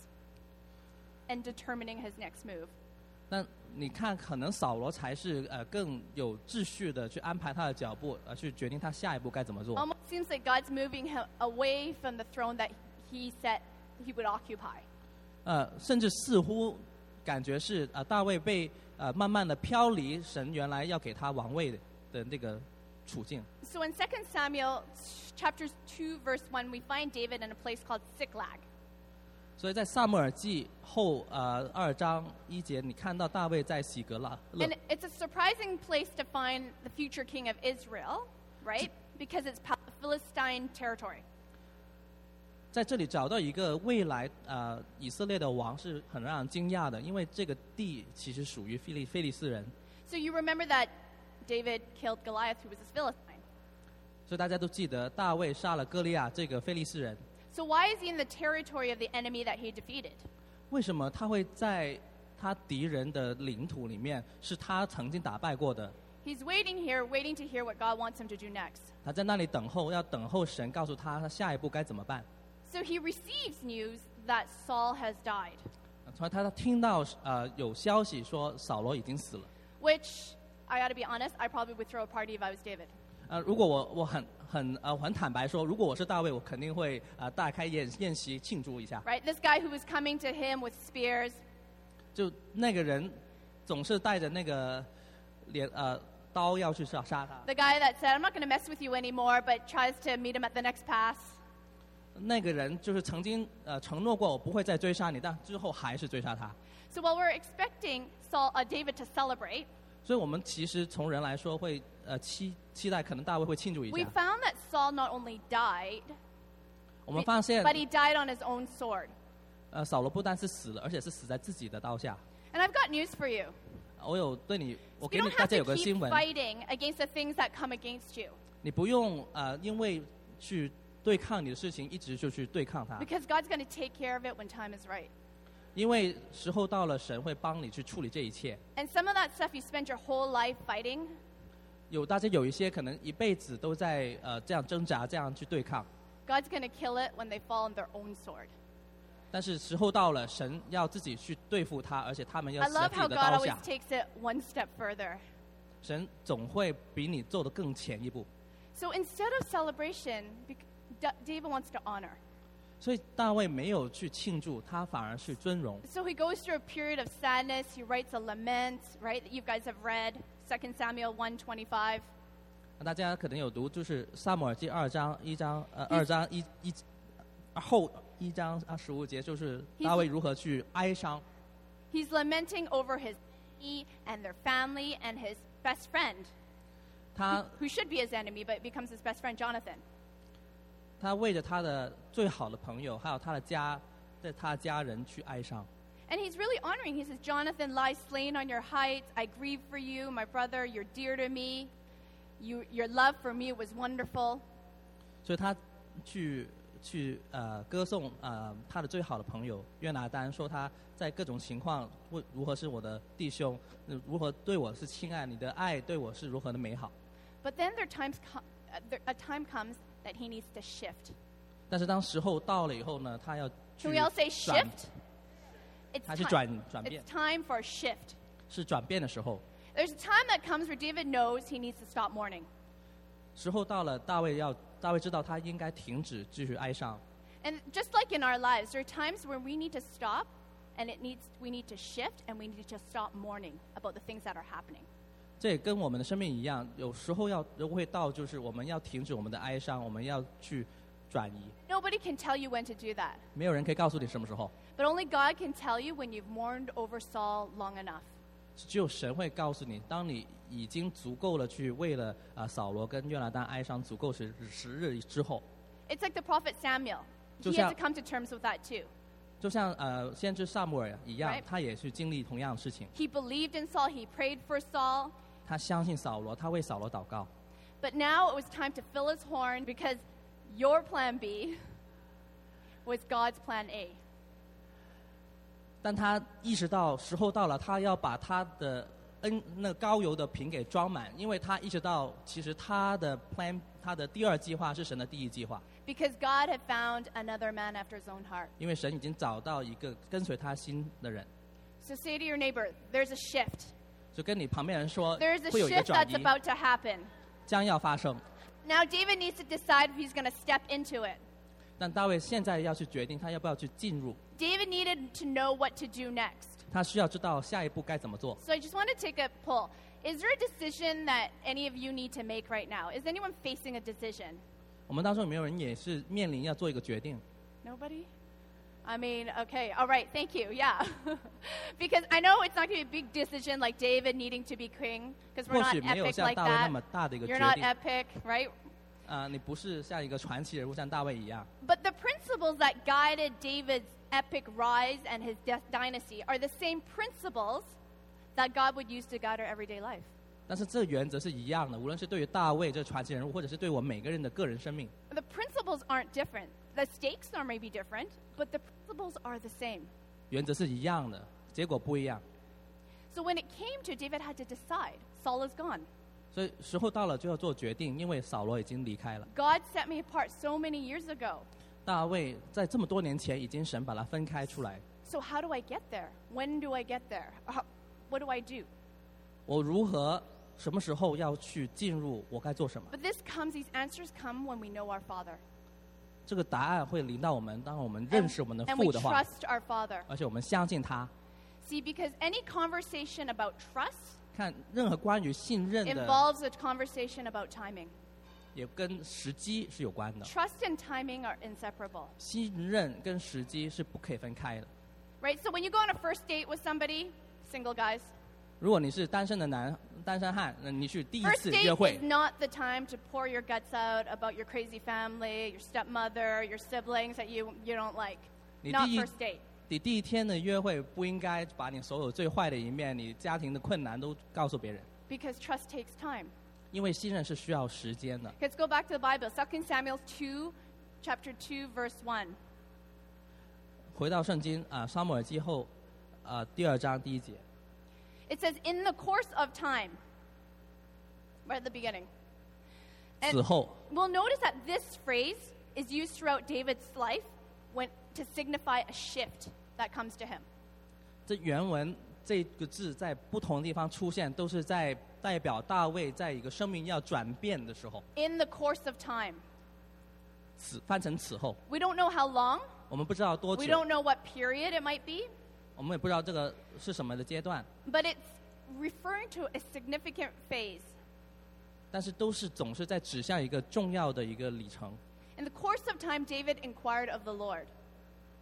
Speaker 3: and determining his next move.
Speaker 2: 但你看，可能扫罗才是呃更有秩序的去安排他的脚步，呃去决定他下一步该怎么做。
Speaker 3: Almost seems like God's moving him away from the throne that he said he would occupy.
Speaker 2: 呃，甚至似乎感觉是呃大卫被呃慢慢的飘离神原来要给他王位的的那个处境。
Speaker 3: So in 2 Samuel chapters 2 verse 1 we find David in a place called Ziklag.
Speaker 2: 所以在萨母耳记后呃二章一节，你看到大卫在喜格拉勒
Speaker 3: And it's a surprising place to find the future king of Israel, right? Because it's Pal- Philistine territory.
Speaker 2: 在这里找到一个未来呃以色列的王是很让人惊讶的，因为这个地其实属于菲利菲利斯人，
Speaker 3: So you remember that David killed Goliath who was a Philistine.
Speaker 2: 所以大家都记得大卫杀了歌利亚这个菲利斯人，
Speaker 3: So why is he in the territory of the enemy that he defeated?
Speaker 2: 为什么他会在他敌人的领土里面是他曾经打败过的？
Speaker 3: He's waiting here, waiting to hear what God wants him to do next.
Speaker 2: 他在那里等候，要等候神告诉他他下一步该怎么办。
Speaker 3: So he receives news that Saul has died,
Speaker 2: 所以他听到呃有消息说扫罗已经死了。
Speaker 3: which I got to be honest, I probably would throw a party if I was David.
Speaker 2: 呃，如果我我很很呃很坦白说，如果我是大卫，我肯定会呃大开宴 宴席庆祝一下。
Speaker 3: Right? This guy who was coming to him with spears,
Speaker 2: 就那个人总是带着那个镰呃刀要去杀杀他，
Speaker 3: the guy that said, "I'm not going to mess with you anymore," but tries to meet him at the next pass.
Speaker 2: 那个人就是曾经呃承诺过我不会再追杀你，但之后还是追杀他。
Speaker 3: So while we're expecting Saul, uh, David to celebrate,
Speaker 2: 所以我们其实从人来说会呃期期待可能大卫会庆祝一
Speaker 3: we
Speaker 2: 下。
Speaker 3: found that Saul not only died,
Speaker 2: 我们发现
Speaker 3: but he died on his own sword.
Speaker 2: 呃，扫罗不单是死了，而且是死在自己的刀下。哦
Speaker 3: And I've got news for you.
Speaker 2: 我有对你，我
Speaker 3: You
Speaker 2: 给你
Speaker 3: don't
Speaker 2: 大
Speaker 3: have
Speaker 2: 家有
Speaker 3: to
Speaker 2: 个新
Speaker 3: keep
Speaker 2: 闻，
Speaker 3: fighting against the things that come against you
Speaker 2: 你不用呃，因为去对抗你的事情，一直就去对抗它，
Speaker 3: because God's going to take care of it when time is right.
Speaker 2: 因为时候到了，神会帮你去处理这一切。
Speaker 3: And some of that stuff you spend your whole life fighting,
Speaker 2: 有大家有一些可能一辈子都在呃这样挣扎，这样去对抗，
Speaker 3: God's going to kill it when they fall on their own sword.
Speaker 2: 但是时候到了，神要自己去对付他，而且他们要
Speaker 3: I
Speaker 2: 死在
Speaker 3: love
Speaker 2: 自己
Speaker 3: how
Speaker 2: 的
Speaker 3: God
Speaker 2: 刀
Speaker 3: always
Speaker 2: 下。
Speaker 3: takes it one step further.
Speaker 2: 神总会比你做的更前一步。
Speaker 3: So instead of celebration, bec- Da- David wants to honor.
Speaker 2: 所以大卫没有去庆祝，他反而去尊荣。
Speaker 3: So he goes through a period of sadness. He writes a lament, right? That you guys have read 2 Samuel 125.
Speaker 2: 那大家可能有读，就是萨姆耳记二章一章呃二章一一后一章啊十五节，就是大卫如何去哀伤，
Speaker 3: He's lamenting over his enemy and their family and his best friend,
Speaker 2: 他
Speaker 3: who should be his enemy but becomes his best friend, Jonathan.
Speaker 2: 他为着他的最好的朋友，还有他的家，在他的家人去哀伤。
Speaker 3: And he's really honoring. He says, Jonathan lies slain on your heights. I grieve for you, my brother. You're dear to me. You, your love for me was wonderful.
Speaker 2: 所以他去去呃歌颂呃他的最好的朋友约拿丹，说他在各种情况会如何是我的弟兄，呃如何对我是亲爱，你的爱对我是如何的美好。
Speaker 3: But then there times co- uh, there, a time comes that he needs to shift.
Speaker 2: 但是当时候到了以后呢，他要
Speaker 3: Can
Speaker 2: 去
Speaker 3: we all say
Speaker 2: 转
Speaker 3: shift? It's,
Speaker 2: 他去
Speaker 3: ti-
Speaker 2: 转转变
Speaker 3: it's，time for a shift.
Speaker 2: 是转变的时候。
Speaker 3: There's a time that comes where David knows he needs to stop mourning.
Speaker 2: 时候到了，大卫要大卫知道他应该停止继续哀伤。
Speaker 3: And just like in our lives, there are times when we need to stop and it needs we need to shift and we need to just stop mourning about the things that are happening.
Speaker 2: 这也跟我们的生命一样，有时候要如果会到，就是我们要停止我们的哀伤，我们要去转移。
Speaker 3: Nobody can tell you when to do that.
Speaker 2: 没有人可以告诉你什么时候，
Speaker 3: But only God can tell you when you've mourned over Saul long enough.
Speaker 2: 只有神会告诉你。当你已经足够了去为了啊、呃扫罗跟约拿丹哀伤足够时时日之后，
Speaker 3: It's like the prophet Samuel. He
Speaker 2: Just
Speaker 3: had to
Speaker 2: out.
Speaker 3: come to terms with that too.
Speaker 2: 就像呃先知萨姆尔一样
Speaker 3: Right.，
Speaker 2: 他也去经历同样的事情。
Speaker 3: He believed in Saul, he prayed for Saul,
Speaker 2: 他相信扫罗，他为扫罗祷告。
Speaker 3: but now it was time to fill his horn because your plan B was God's plan A.
Speaker 2: 但他意识到时候到了，他要把他的恩那高油的瓶给装满，因为他意识到其实他的 plan 他的第二计划是神的第一计划，
Speaker 3: Because God had found another man after his own heart.
Speaker 2: 因为神已经找到一个跟随他心的人。
Speaker 3: So say to your neighbor, there's a shift.
Speaker 2: 就跟你旁边人说
Speaker 3: There's a
Speaker 2: 会有一个
Speaker 3: shift
Speaker 2: 转
Speaker 3: that's
Speaker 2: 移
Speaker 3: about to happen.
Speaker 2: 将要发生，
Speaker 3: Now David needs to decide if he's going to step into it.
Speaker 2: 但大卫现在要去决定他要不要去进入，
Speaker 3: David needed to know what to do next.
Speaker 2: 他需要知道下一步该怎么做。
Speaker 3: So I just want to take a poll. Is there a decision that any of you need to make right now? Is anyone facing a decision?
Speaker 2: 我们当中有没有人也是面临要做一个决定？
Speaker 3: Nobody? I mean, okay, all right, thank you, yeah. because I know it's not going to be a big decision like David needing to be king, because
Speaker 2: 或
Speaker 3: we're not
Speaker 2: 许没有
Speaker 3: epic
Speaker 2: 像
Speaker 3: like
Speaker 2: 大卫那
Speaker 3: that.
Speaker 2: 么大的一个决
Speaker 3: You're not
Speaker 2: 定，
Speaker 3: epic, right?
Speaker 2: 啊、你不是像一个传奇人物，像大卫一样。
Speaker 3: But the principles that guided David's epic rise and his death dynasty are the same principles that God would use to guide our everyday life.
Speaker 2: 但是这原则是一样的，无论是对于大卫这传奇人物，或者是对我们每个人的个人生命，
Speaker 3: The principles aren't different. The stakes are maybe different, but the principles are the same.
Speaker 2: 原则是一样的，结果不一样。
Speaker 3: So when it came to David had to decide, Saul is gone.
Speaker 2: 所以时候到了就要做决定，因为扫罗已经离开了，
Speaker 3: God set me apart so many years ago.
Speaker 2: 大卫在这么多年前已经神把他分开出来。
Speaker 3: So how do I get there? When do I get there? How, what do I do?
Speaker 2: 我如何什么时候要去进入？我该做什么？
Speaker 3: But this comes, these answers come when we know our Father.
Speaker 2: 这个答案会临到我们，当我们
Speaker 3: And,
Speaker 2: 认识我们的
Speaker 3: and we
Speaker 2: 父的话，
Speaker 3: trust our Father.
Speaker 2: 而且我们相信他。
Speaker 3: See, because any conversation about trust
Speaker 2: 看任何关于信任的，
Speaker 3: involves a conversation about timing.
Speaker 2: 也跟时机是有关的。
Speaker 3: Trust and timing are inseparable,
Speaker 2: 信任跟时机是不可以分开的。
Speaker 3: right? So when you go on a first date with somebody, single guys,
Speaker 2: 如果你是单身的男单身汉，那你去第一
Speaker 3: first
Speaker 2: 次
Speaker 3: date
Speaker 2: 约会
Speaker 3: is，not the time to pour your guts out about your crazy family, your stepmother, your siblings that you, you don't like.
Speaker 2: Ni
Speaker 3: Not
Speaker 2: di-
Speaker 3: first date.
Speaker 2: 第你第一天的约会不应该把你所有最坏的一面、你家庭的困难都告诉别人，
Speaker 3: because trust takes time.
Speaker 2: 因为信任是需要时间的。
Speaker 3: Let's go back to the Bible, 2 Samuel 2, chapter 2, verse 1.
Speaker 2: 回到圣经啊，撒母耳记后，啊第二章第一节，
Speaker 3: It says, In the course of time, right at the beginning.
Speaker 2: 此
Speaker 3: And
Speaker 2: 后
Speaker 3: we'll notice that this phrase is used throughout David's life when, to signify a shift that comes to him.
Speaker 2: 这原文这个字在不同地方出现，都是在代表大卫在一个生命要转变的时候，
Speaker 3: In the course of time.
Speaker 2: 此翻成此后，
Speaker 3: We don't know how long,
Speaker 2: 我们不知道多
Speaker 3: we
Speaker 2: 久，
Speaker 3: don't know what period it might be,
Speaker 2: 我们也不知道这个是什么的阶段，
Speaker 3: but it's referring to a significant phase.
Speaker 2: 但是都是总是在指向一个重要的一个里程。
Speaker 3: In the course of time, David inquired of the Lord.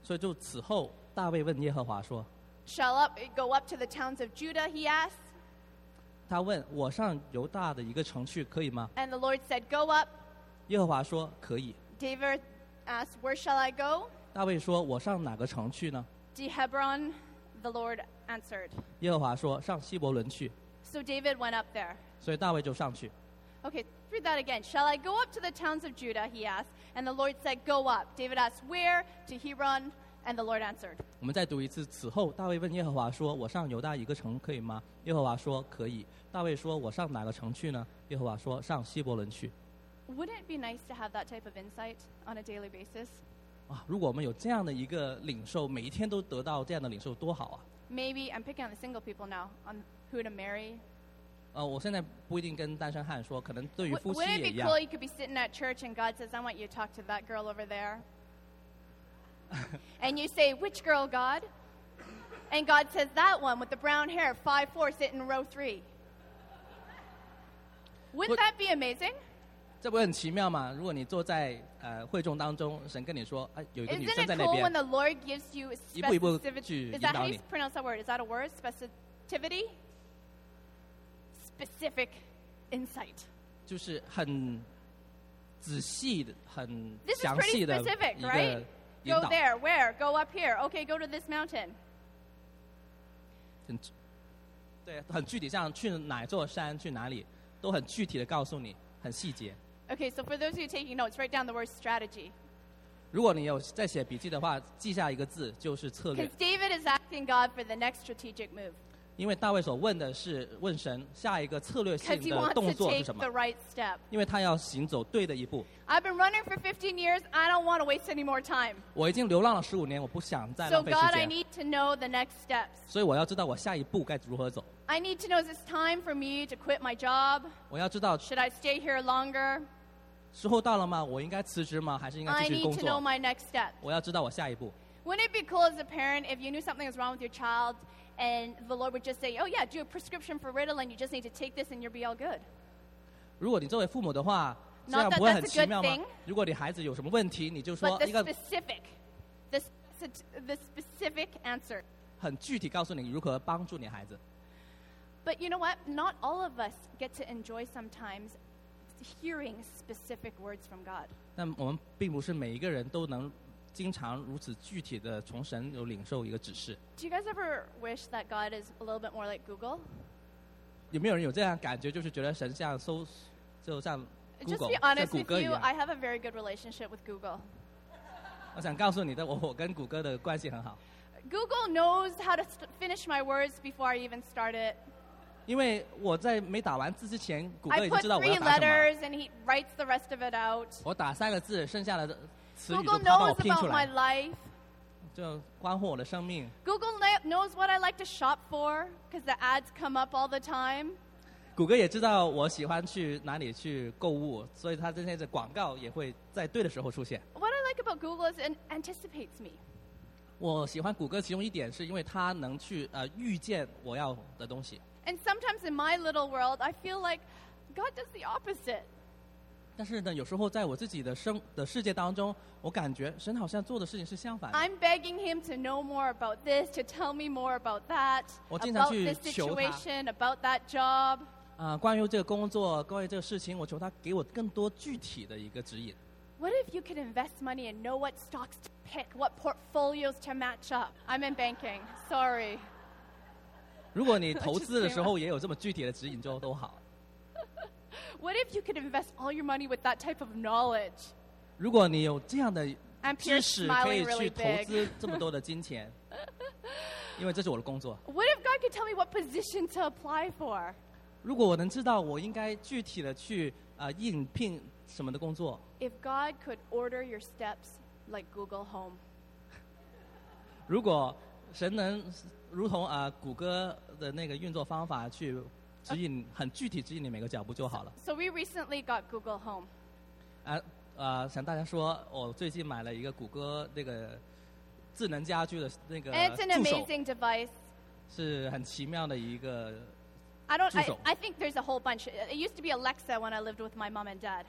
Speaker 2: 所以就此后，大卫问耶和华说
Speaker 3: Shall up go up to the towns of Judah? He asked, ：“
Speaker 2: 他问我上犹大的一个城去可以吗
Speaker 3: and the Lord said, "Go up."
Speaker 2: 耶和华说：“可以。
Speaker 3: David asked, "Where shall I go?" ”
Speaker 2: 大卫说：“我上哪个城去呢
Speaker 3: To Hebron, the Lord answered.？”
Speaker 2: 耶和华说：“上希伯伦去。
Speaker 3: So David went up there. ”
Speaker 2: 所以大卫就上去。
Speaker 3: Okay, read that again. Shall I go up to the towns of Judah? He asked, and the Lord said, "Go up." David asked, "Where?" To Hebron, and the Lord answered.
Speaker 2: 我们再读一次。此后，大卫问耶和华说：“我上犹大一个城可以吗？”耶和华说：“可以。”大卫说：“我上哪个城去呢？”耶和华说：“上希伯伦去。
Speaker 3: Wouldn't it be nice to have that type of insight on a daily basis? ”
Speaker 2: 啊，如果我们有这样的一个领受，每一天都得到这样的领受，多好啊！
Speaker 3: Maybe I'm picking on the single people now on who to marry.
Speaker 2: 呃，我现在不一定跟单身汉说，可能对于
Speaker 3: Wou-
Speaker 2: 夫妻
Speaker 3: Wouldn't it
Speaker 2: 也一
Speaker 3: be
Speaker 2: 样
Speaker 3: cool? You could be sitting at church and God says, I want you to talk to that girl over there. and you say, Which girl, God? And God says, That one with the brown hair, 5'4, sitting in row 3. Wouldn't
Speaker 2: What-
Speaker 3: that be amazing?
Speaker 2: 这不是很奇妙吗？如果你坐在呃会众当中，神跟你说，哎、有一个女
Speaker 3: Isn't
Speaker 2: 生在
Speaker 3: it
Speaker 2: 那
Speaker 3: cool
Speaker 2: 边
Speaker 3: when，the Lord gives you
Speaker 2: 一步一步
Speaker 3: specificity?
Speaker 2: 去
Speaker 3: Is that how
Speaker 2: 引导你。
Speaker 3: you pronounce that word? Is that a word? Specificity? Specific insight.
Speaker 2: 就是很仔细的、很
Speaker 3: This is
Speaker 2: 详
Speaker 3: pretty
Speaker 2: 细的
Speaker 3: specific,
Speaker 2: 一个
Speaker 3: right?
Speaker 2: 引
Speaker 3: Go
Speaker 2: 导，
Speaker 3: there. Where? Go up here. Okay, go to this mountain.
Speaker 2: 很具对，很具体，像去哪座山、去哪里，都很具体的告诉你，很细节。
Speaker 3: Okay, so for those of you taking notes, write down the word strategy.
Speaker 2: 如果你有在写笔记的话，记下一个字就是策略
Speaker 3: Because，David is asking God for the next strategic move.
Speaker 2: 因为大卫所问的是问神下一个策略性
Speaker 3: Because he
Speaker 2: 的
Speaker 3: wants
Speaker 2: 动
Speaker 3: to
Speaker 2: 作是
Speaker 3: take
Speaker 2: 什么
Speaker 3: the，right step.
Speaker 2: 因为他要行走对的一步。
Speaker 3: I've been running for 15 years. I don't want to waste any more time.
Speaker 2: 我已经流浪了十五年，我不想再
Speaker 3: So,
Speaker 2: 浪费时
Speaker 3: God, I
Speaker 2: 间。
Speaker 3: need to know the next steps.
Speaker 2: 所以我要知道我下一步该如何走。
Speaker 3: I need to know is it's time for me to quit my job?
Speaker 2: 我要知道
Speaker 3: Should I stay here longer?
Speaker 2: 时候到了吗？我应该辞职吗？还是应该
Speaker 3: I
Speaker 2: 继续
Speaker 3: need
Speaker 2: 工
Speaker 3: to know
Speaker 2: 作？
Speaker 3: my next step.
Speaker 2: 我要知道我下一步。
Speaker 3: Wouldn't it be cool as a parent if you knew something was wrong with your child and the Lord would just say, oh, yeah, do a prescription for Ritalin. You just need to take this and you'll be all good.
Speaker 2: 如果你作为父母的话，这
Speaker 3: Not
Speaker 2: 样
Speaker 3: that
Speaker 2: 不会
Speaker 3: that's
Speaker 2: 很
Speaker 3: a
Speaker 2: 奇妙
Speaker 3: good
Speaker 2: 吗
Speaker 3: thing.？
Speaker 2: 如果你孩子有什么问题，你就说
Speaker 3: But the
Speaker 2: 一个
Speaker 3: specific, the, speci- the specific answer.
Speaker 2: 很具体告诉你如何帮助你孩子。
Speaker 3: But you know what? Not all of us get to enjoy sometimes hearing specific words from God.
Speaker 2: 但我们并不是每一个人都能经常如此具体的从神有领受一个指示。
Speaker 3: Do you guys ever wish that God is a little bit more like Google?
Speaker 2: 有没有人有这样感觉？就是觉得神像搜，就像
Speaker 3: Just
Speaker 2: Google，
Speaker 3: be
Speaker 2: 像
Speaker 3: honest
Speaker 2: 谷
Speaker 3: with
Speaker 2: 歌一
Speaker 3: you,
Speaker 2: 样。
Speaker 3: I have a very good relationship with Google.
Speaker 2: 我想告诉你的，我我跟谷歌的关系很好。
Speaker 3: Google knows how to st- finish my words before I even start it.
Speaker 2: 因为我在没打完字之前，谷歌
Speaker 3: I
Speaker 2: 已经
Speaker 3: put
Speaker 2: 知道我要
Speaker 3: three
Speaker 2: 打什么了。
Speaker 3: letters and he writes the rest of it out.
Speaker 2: 我打三个字，剩下的词语
Speaker 3: Google
Speaker 2: 都他帮我
Speaker 3: knows
Speaker 2: 拼出
Speaker 3: about my
Speaker 2: 来，
Speaker 3: life.
Speaker 2: 就关乎我的生命。
Speaker 3: Google kn- knows what I like to shop for because the ads come up all the time.
Speaker 2: 谷歌也知道我喜欢去哪里去购物，所以它这些的广告也会在对的时候出现。
Speaker 3: What I like about Google is it anticipates me.
Speaker 2: 我喜欢谷歌，其中一点是因为它能去呃预见我要的东西，
Speaker 3: And sometimes in my little world, I feel like God does the opposite.
Speaker 2: 但是呢，有时候在我自己的生的世界当中，我感觉神好像做的事情是相反的。
Speaker 3: I'm begging him to know more about this, to tell me more about that,
Speaker 2: 我经常
Speaker 3: about this
Speaker 2: 去求他。
Speaker 3: situation, about that job.
Speaker 2: 啊、关于这个工作，关于这个事情，我求他给我更多具体的一个指引。
Speaker 3: What if you could invest money and know what stocks to pick, what portfolios to match up? I'm in banking. Sorry.
Speaker 2: 如果你投资的时候也有这么具体的指引，就都好。
Speaker 3: What if you could invest all your money with that type of knowledge?
Speaker 2: 如果你有这样的
Speaker 3: I'm
Speaker 2: 知
Speaker 3: Pierce
Speaker 2: 识，可
Speaker 3: smiling
Speaker 2: 以
Speaker 3: really
Speaker 2: 去投
Speaker 3: big.
Speaker 2: 资这么多的金钱， 因为这是我的工作。
Speaker 3: What if God could tell me what position to apply for?
Speaker 2: 如果我能知道我应该具体的去呃应聘什么的工作，
Speaker 3: If God could order your steps like Google Home.
Speaker 2: 如果神能如同啊、呃谷歌的那个运作方法去指引，很具体指引你每个脚步就好了。
Speaker 3: So we recently got Google Home.
Speaker 2: 啊啊、呃想大家说，我最近买了一个谷歌那个智能家居的那个
Speaker 3: And it's an
Speaker 2: 助手，
Speaker 3: 哎 amazing device.
Speaker 2: 是很奇妙的一个。
Speaker 3: I don't I,
Speaker 2: 助手。
Speaker 3: I think there's a whole bunch. It it used to be Alexa when I lived with my mom and dad.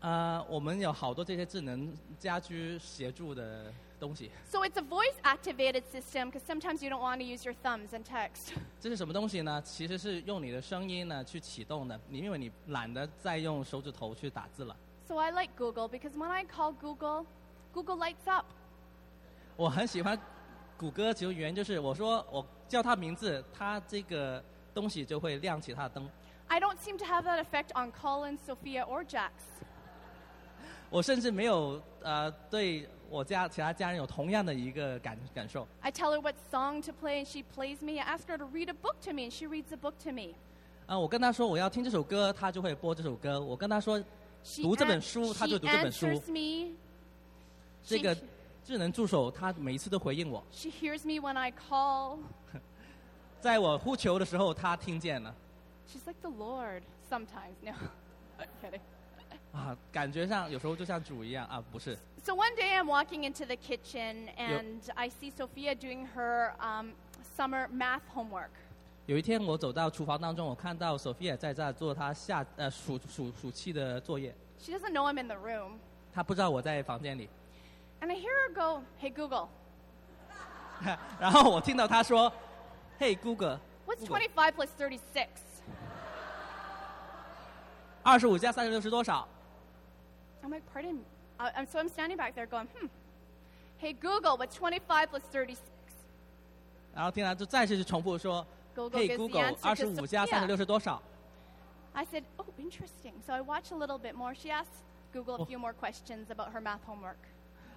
Speaker 2: 啊、我们有好多这些智能家居协助的东西。
Speaker 3: So it's a voice activated system because sometimes you don't want to use your thumbs and text.
Speaker 2: 这是什么东西呢？其实是用你的声音呢去启动的，你因为你懒得再用手指头去打字了。
Speaker 3: So I like Google because when I call Google, Google lights up.
Speaker 2: 我很喜欢谷歌球员，就是我说我叫他名字，他这个东西就会亮起他的灯。
Speaker 3: I don't seem to have that effect on Colin, Sophia, or Jax.
Speaker 2: 我甚至没有呃对我家其他家人有同样的一个感感受。
Speaker 3: I tell her what song to play and she plays me. I ask her to read a book to me and she reads a book to me.
Speaker 2: 啊、我跟他说我要听这首歌，他就会播这首歌。我跟他说
Speaker 3: She,
Speaker 2: 读这
Speaker 3: an-
Speaker 2: 本书，他就
Speaker 3: she
Speaker 2: 读这本书。
Speaker 3: answers me.
Speaker 2: 这个
Speaker 3: She-
Speaker 2: 智能助手他每一次都回应我，
Speaker 3: She hears me when I call.
Speaker 2: 在我呼求的时候，他听见了。
Speaker 3: She's like the Lord sometimes. No, I'm kidding.
Speaker 2: 啊，感觉上有时候就像主一样啊，不是。
Speaker 3: So one day I'm walking into the kitchen and I see Sophia doing her um, summer math homework.
Speaker 2: 有一天我走到厨房当中，我看到 Sophia 在这儿做她下呃暑暑暑期的作业，
Speaker 3: She doesn't know I'm in the room.
Speaker 2: 她不知道我在房间里。
Speaker 3: And I hear her go, Hey Google,
Speaker 2: 然后我听到她说：“嘿、hey,，Google，
Speaker 3: what's 25 plus 36?
Speaker 2: 二十五加三十六是多少
Speaker 3: I'm like, Pardon? I, I'm, so I'm standing back there going, Hmm. Hey Google, what's 25 plus 36?
Speaker 2: 然后听她就再次去重复说：“
Speaker 3: Google
Speaker 2: 嘿、
Speaker 3: gives the
Speaker 2: Google，
Speaker 3: answer to
Speaker 2: 二十五加三十六
Speaker 3: Sophia
Speaker 2: 是多少
Speaker 3: I said, Oh, interesting. So I watch a little bit more. She asks Google
Speaker 2: Oh.
Speaker 3: a few more questions about her math homework.？”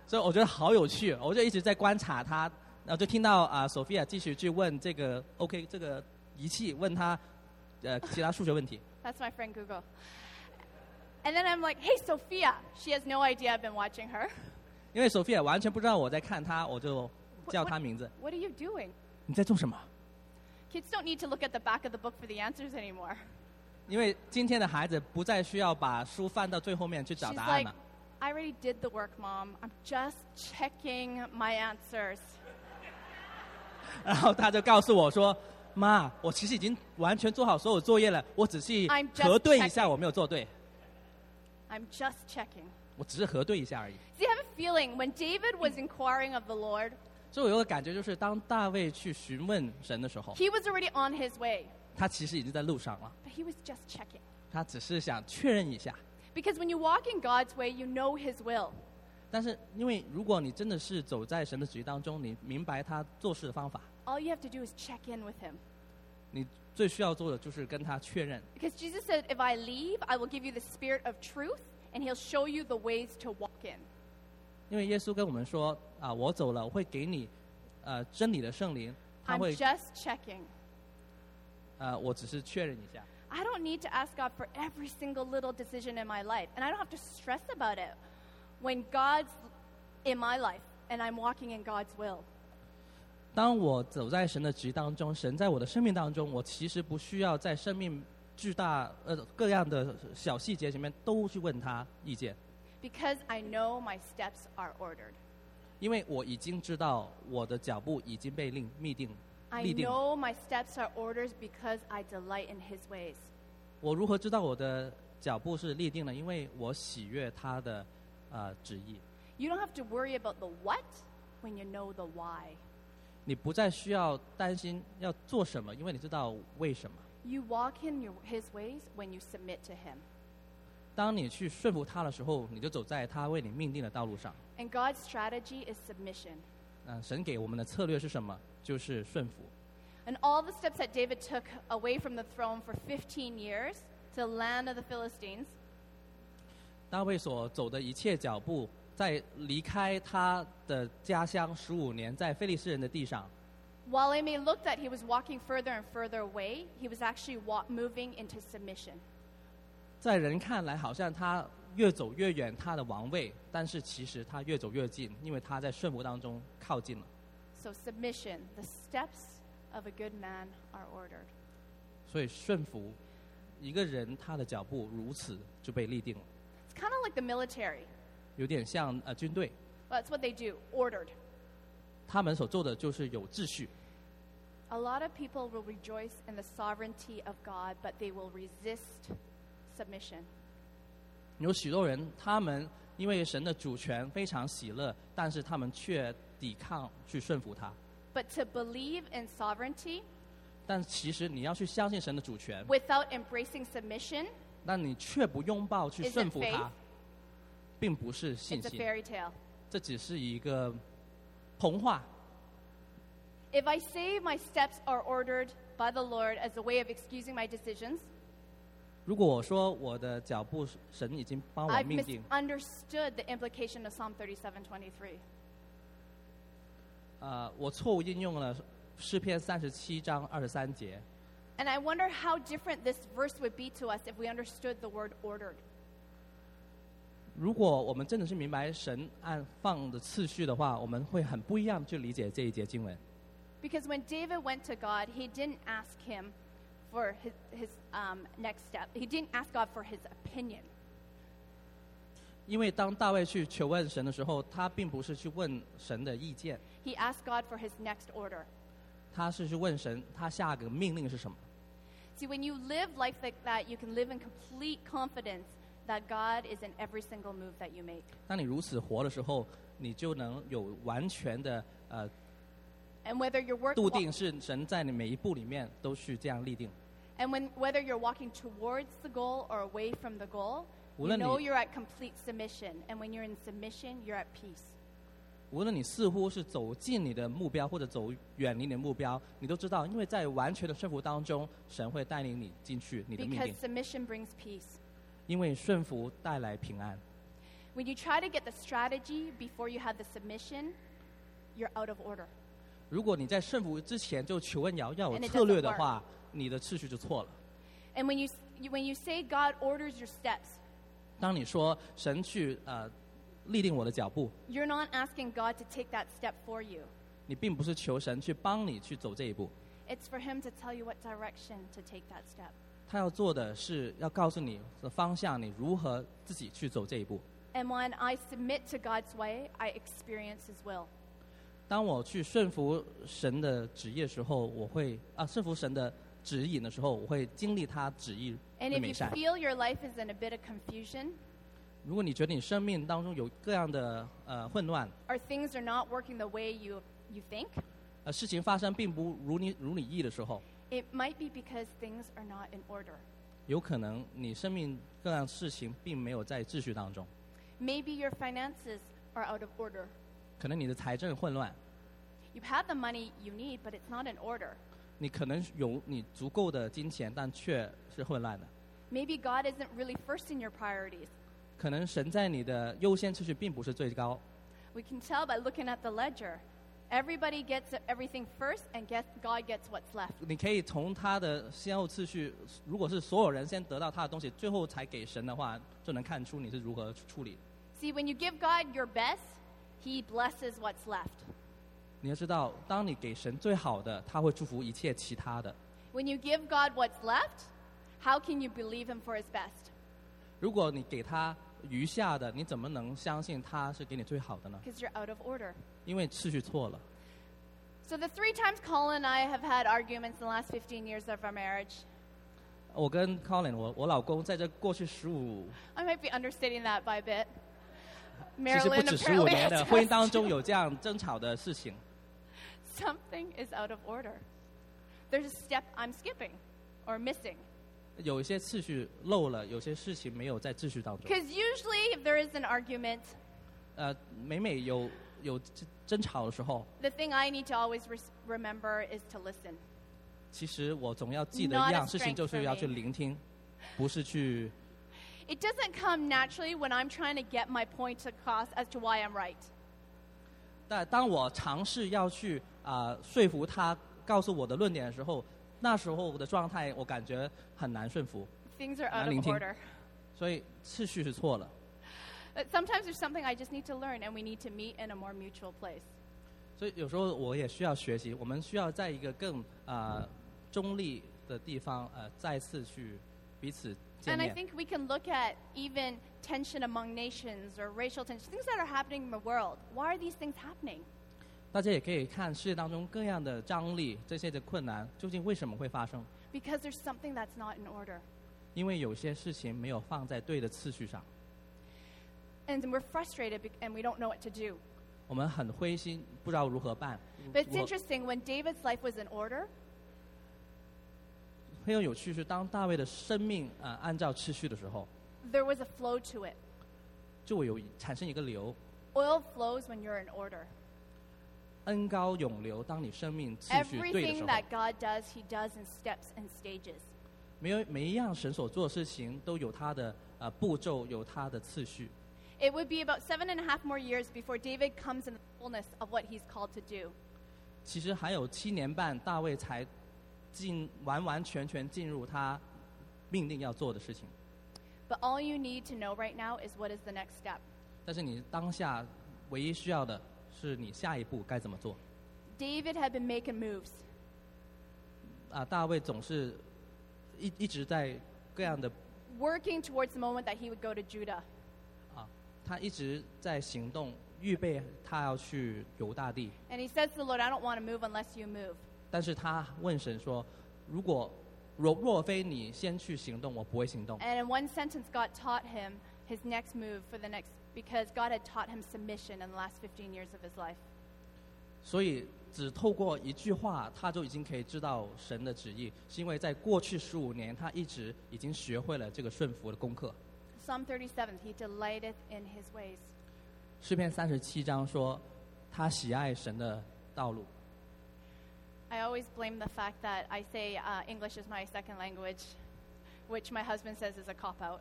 Speaker 2: 所以我觉得好有趣，我就一直在观察她，然后就听到啊、Sophia 继续去问这个 OK 这个仪器，问她呃其他数学问题。
Speaker 3: That's my friend Google. And then I'm like, Hey Sophia. She has no idea I've been watching her.
Speaker 2: 因为 Sophia 完全不知道我在看她，我就
Speaker 3: What-
Speaker 2: 叫
Speaker 3: what-
Speaker 2: 她名字。
Speaker 3: What are you doing?
Speaker 2: 你在做什么？
Speaker 3: Kids don't need to look at the back of the book for the answers anymore.
Speaker 2: 因为今天的孩子不再需要把书翻到最后面去找
Speaker 3: She's
Speaker 2: 答案
Speaker 3: like,
Speaker 2: 了。
Speaker 3: I already did the work, Mom. I'm just checking my answers.
Speaker 2: 然后他就告诉我说：“妈，我其实已经完全做好所有作业了，我只是
Speaker 3: I'm just
Speaker 2: 核对一下我没有做对，
Speaker 3: I'm just checking.
Speaker 2: 我只是核对一下而已。
Speaker 3: See, I have a feeling when David was inquiring of the Lord, ”
Speaker 2: 所以我有个感觉，就是当大卫去询问神的时候，
Speaker 3: he was already on his way,
Speaker 2: 他其实已经在路上了，
Speaker 3: but he was just checking.
Speaker 2: 他只是想确认一下。
Speaker 3: Because when you walk in God's way, you know his will.
Speaker 2: 但是，因为如果你真的是走在神的旨意当中，你明白他做事的方法，
Speaker 3: All you have to do is check in with him.
Speaker 2: 你最需要做的就是跟他确认。
Speaker 3: Because Jesus said, If I leave, I will give you the spirit of truth, and he'll show you the ways to walk in.
Speaker 2: 因为耶稣跟我们说啊，我走了，我会给你呃真理的圣灵，他
Speaker 3: I'm
Speaker 2: 会
Speaker 3: just checking.
Speaker 2: 呃，我只是确认一下，
Speaker 3: I don't need to ask God for every single little decision in my life, and I don't have to stress about it when God's in my life and I'm walking in God's will.
Speaker 2: 当我走在神的旨意当中，神在我的生命当中，我其实不需要在生命巨大呃各样的小细节前面都去问他意见，
Speaker 3: Because I know my steps are ordered.
Speaker 2: 因为我已经知道我的脚步已经被令密定
Speaker 3: I
Speaker 2: 立定。
Speaker 3: know my steps are orders because I delight in His ways.
Speaker 2: 我如何知道我的脚步是立定了？因为我喜悦他的呃旨意。
Speaker 3: You don't have to worry about the what when you know the why.
Speaker 2: 你不再需要担心要做什么，因为你知道为什么。
Speaker 3: You walk in your, His ways when you submit to Him.
Speaker 2: 当你去顺服他的时候，你就走在他为你命定的道路上。
Speaker 3: And God's strategy is submission.
Speaker 2: 嗯、神给我们的策略是什么？就是顺服。
Speaker 3: And all the steps that David took away from the throne for 15 years to the land of the Philistines,
Speaker 2: 大卫所走的一切脚步，在离开他的家乡十五年，在非利士人的地上，
Speaker 3: while it may look that he was walking further and further away, he was actually wa- moving into submission.
Speaker 2: 在人看来好像他越走越远他的王位，但是其实他越走越近，因为他在顺服当中靠近了。
Speaker 3: So, submission, the steps of a good man are ordered.
Speaker 2: 所以顺服一个人他的脚步如此就被立定了，
Speaker 3: It's kind of like the military.
Speaker 2: 有点像呃军队，
Speaker 3: That's what they do, ordered.
Speaker 2: 他们所做的就是有秩序。
Speaker 3: A lot of people will rejoice in the sovereignty of God, but they will resist submission.
Speaker 2: 有许多人他们因为神的主权非常喜乐，但是他们却抵抗去顺服他。
Speaker 3: But to believe in sovereignty
Speaker 2: 但其实你要去相信神的主权，
Speaker 3: without embracing submission
Speaker 2: 但你却不拥抱去
Speaker 3: Is it
Speaker 2: 顺服他
Speaker 3: faith?，
Speaker 2: 并不是信
Speaker 3: is a
Speaker 2: 心，
Speaker 3: fairy tale.
Speaker 2: 这只是一个童话。
Speaker 3: If I say my steps are ordered by the Lord as a way of excusing my decisions,
Speaker 2: 如果我说我的脚步，神已经帮我
Speaker 3: I've
Speaker 2: 命定，
Speaker 3: misunderstood the implication of Psalm 37:23.
Speaker 2: 呃，我错误应用了诗篇三十七章二十三节。
Speaker 3: And I wonder how different this verse would be to us if we understood the word ordered.
Speaker 2: 如果我们真的是明白神按放的次序的话，我们会很不一样去理解这一节经文。
Speaker 3: Because when David went to God, he didn't ask him for his, his um, next step. He didn't ask God for his opinion.
Speaker 2: 因为当大卫去求问神的时候，他并不是去问神的意见，
Speaker 3: He asked God for his next order.
Speaker 2: 他是去问神他下个命令是什么。
Speaker 3: See, when you live life like that, you can live in complete confidence that God is in every single move that you make.
Speaker 2: 当你如此活的时候，你就能有完全的呃
Speaker 3: And whether you're working,
Speaker 2: 笃定是神在你每一步里面都是这样立定。
Speaker 3: and when whether you're walking towards the goal or away from the goal, you
Speaker 2: 无论你-
Speaker 3: know you're at complete submission. And when you're in submission, you're at peace.
Speaker 2: 无论你似乎是走近你的目标，或者走远离你的目标，你都知道，因为在完全的顺服当中，神会带领你进去你的命
Speaker 3: Because
Speaker 2: 定，
Speaker 3: submission brings peace.
Speaker 2: 因为顺服带来平安。
Speaker 3: When you try to get the strategy before you have the submission, you're out of order.
Speaker 2: 如果你在顺服之前就求问要要有
Speaker 3: And it
Speaker 2: 策略
Speaker 3: doesn't
Speaker 2: 的话，你的次序就错了。
Speaker 3: And when you, s- you when you say God orders your steps,
Speaker 2: 当你说神去呃立定我的脚步，
Speaker 3: you're not asking God to take that step for you.
Speaker 2: 你并不是求神去帮你去走这一步，
Speaker 3: It's for him to tell you what direction to take that step.
Speaker 2: 他要做的是要告诉你的方向，你如何自己去走这一步。
Speaker 3: And when I submit to God's way, I experience his will.
Speaker 2: 当我去顺服神的旨意的时候，我会啊顺服神的指引的时候，我会经历他旨意
Speaker 3: And
Speaker 2: 的
Speaker 3: if
Speaker 2: 美
Speaker 3: you
Speaker 2: 善。
Speaker 3: feel your life is in a bit of confusion
Speaker 2: 如果你觉得你生命当中有各样的呃混乱，
Speaker 3: or things are not working the way you, you think,
Speaker 2: 呃事情发生并不如你如你意的时候，
Speaker 3: it might be because things are not in order.
Speaker 2: 有可能你生命各样事情并没有在秩序当中，
Speaker 3: Maybe your finances are out of order.
Speaker 2: 可能你的财政混乱，
Speaker 3: You have the money you need, but it's not in order.
Speaker 2: 你可能有你足够的金钱，但却是混乱的。
Speaker 3: Maybe God isn't really first in your priorities.
Speaker 2: 可能神在你的优先次序并不是最高，
Speaker 3: We can tell by looking at the ledger. Everybody gets everything first, and guess God gets what's left.
Speaker 2: 你可以从他的先后次序，如果是所有人先得到他的东西，最后才给神的话，就能看出你是如何处理。
Speaker 3: See, when you give God your best, He blesses what's left.
Speaker 2: 你要知道，当你给神最好的，他会祝福一切其他的。
Speaker 3: When you give God what's left, how can you believe Him for His best?
Speaker 2: 如果你给他余下的，你怎么能相信他是给你最好的呢？
Speaker 3: Because you're out of order.
Speaker 2: 因为次序错了。
Speaker 3: So, the three times Colin and I have had arguments in the last 15 years of our marriage,
Speaker 2: 我跟 Colin，我我老公在这过去十五，
Speaker 3: I might be understating that by a bit.
Speaker 2: 其实不
Speaker 3: Marilyn
Speaker 2: 止十五
Speaker 3: apparently
Speaker 2: 年的婚姻
Speaker 3: has
Speaker 2: 当中有这样争吵的事情，
Speaker 3: something is out of order. There's a step I'm skipping or missing.
Speaker 2: 有一些次序漏了，有些事情没有在秩序当中。
Speaker 3: Because usually, if there is an argument,
Speaker 2: 呃，每每有有争争吵的时候，
Speaker 3: the thing I need to always res- remember is to listen.
Speaker 2: 其实我总要记得
Speaker 3: Not a
Speaker 2: 一样事情，
Speaker 3: strength
Speaker 2: 就是要去
Speaker 3: for me
Speaker 2: 聆听，不是去
Speaker 3: It doesn't come naturally when I'm trying to get my point across as to why I'm right.
Speaker 2: 但当我尝试要去啊、说服他告诉我的论点的时候，那时候我的状态我感觉很难顺服，
Speaker 3: Things are out of
Speaker 2: 难聆听。
Speaker 3: order.
Speaker 2: 所以次序是错了。
Speaker 3: But sometimes there's something I just need to learn, and we need to meet in a more mutual place.
Speaker 2: 所以有时候我也需要学习，我们需要在一个更啊、中立的地方呃再次去彼此见
Speaker 3: And I
Speaker 2: 面。
Speaker 3: think we can look at even tension among nations or racial tension, things that are happening in the world. Why are these things happening?
Speaker 2: 大家也可以看世界当中各样的张力、这些的困难究竟为什么会发生？
Speaker 3: Because there's something that's not in order.
Speaker 2: 因为有些事情没有放在对的次序上，
Speaker 3: And then we're frustrated bec- and we don't know what to do.
Speaker 2: 我们很灰心，不知道如何办。
Speaker 3: But it's
Speaker 2: 我
Speaker 3: interesting, when David's life was in order,
Speaker 2: 很有有趣是，当大卫的生命啊、呃按照次序的时候，
Speaker 3: there was a flow to it.
Speaker 2: 就会有产生一个流，
Speaker 3: Oil flows when you're in order.
Speaker 2: 恩高涌流。当你生命次序对的时
Speaker 3: Everything
Speaker 2: 候，
Speaker 3: that God does, He does in steps and stages.
Speaker 2: 没有每一样神所做的事情都有它的呃步骤，有它的次序。
Speaker 3: It would be about seven and a half more years before David comes in the fullness of what he's called to do.
Speaker 2: 其实还有七年半，大卫才进完完全全进入他命令要做的事情。
Speaker 3: But all you need to know right now is what is the next step.
Speaker 2: 但是你当下唯一需要的是你下一步该怎么做
Speaker 3: David had been making moves.
Speaker 2: 啊！大卫总是一一直在各样的
Speaker 3: working towards the moment that he would go to Judah.
Speaker 2: 啊，他一直在行动，预备他要去犹大地，
Speaker 3: And he says to the Lord, I don't want to move unless you move.
Speaker 2: 但是他问神说：“如果若若非你先去行动，我不会行动。
Speaker 3: And in one sentence, God taught him his next move for the next, because God had taught him submission in the last 15 years of his life. ”
Speaker 2: 所以只透过一句话，他就已经可以知道神的旨意，是因为在过去十五年，他一直已经学会了这个顺服的功课。
Speaker 3: Psalm 37, he delighteth in his ways.
Speaker 2: 诗篇三十七章说，他喜爱神的道路。
Speaker 3: I always blame the fact that I say uh, English is my second language, which my husband says is a cop out.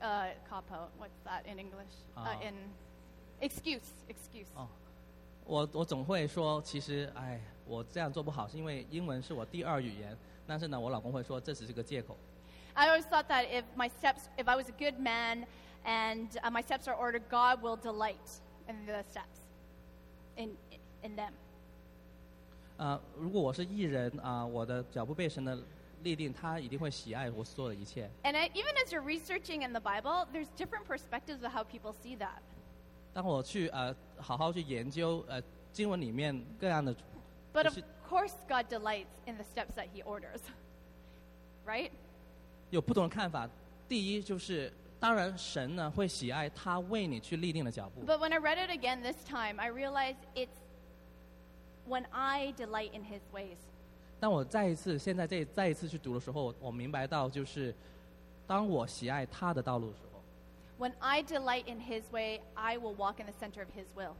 Speaker 3: Uh, cop out, what's that in English? Uh,
Speaker 2: Ah.
Speaker 3: in excuse, excuse.
Speaker 2: 哦，我我总会说，其实哎，我这样做不好，是因为英文是我第二语言。但是呢，我老公会说这只是个借口。
Speaker 3: I always thought that if my steps, if I was a good man and uh, my steps are ordered, God will delight in the steps, in in them.
Speaker 2: 呃，如果我是艺人啊、我的脚步被神的立定，他一定会喜爱我所有的一切。
Speaker 3: And I, even as you're researching in the Bible, there's different perspectives of how people see that.
Speaker 2: 当我去呃好好去研究呃经文里面各样的，
Speaker 3: But
Speaker 2: Is
Speaker 3: of
Speaker 2: it-
Speaker 3: course, God delights in the steps that He orders, right?
Speaker 2: 有不同的看法。第一就是，当然神呢会喜爱他为你去立定的脚步。
Speaker 3: But when I read it again this time, I realized it's when I delight in His ways.
Speaker 2: 当我再一次现在这再一次去读的时候，我明白到就是，当我喜爱他的道路的时候，
Speaker 3: When I delight in His way, I will walk in the center of His will,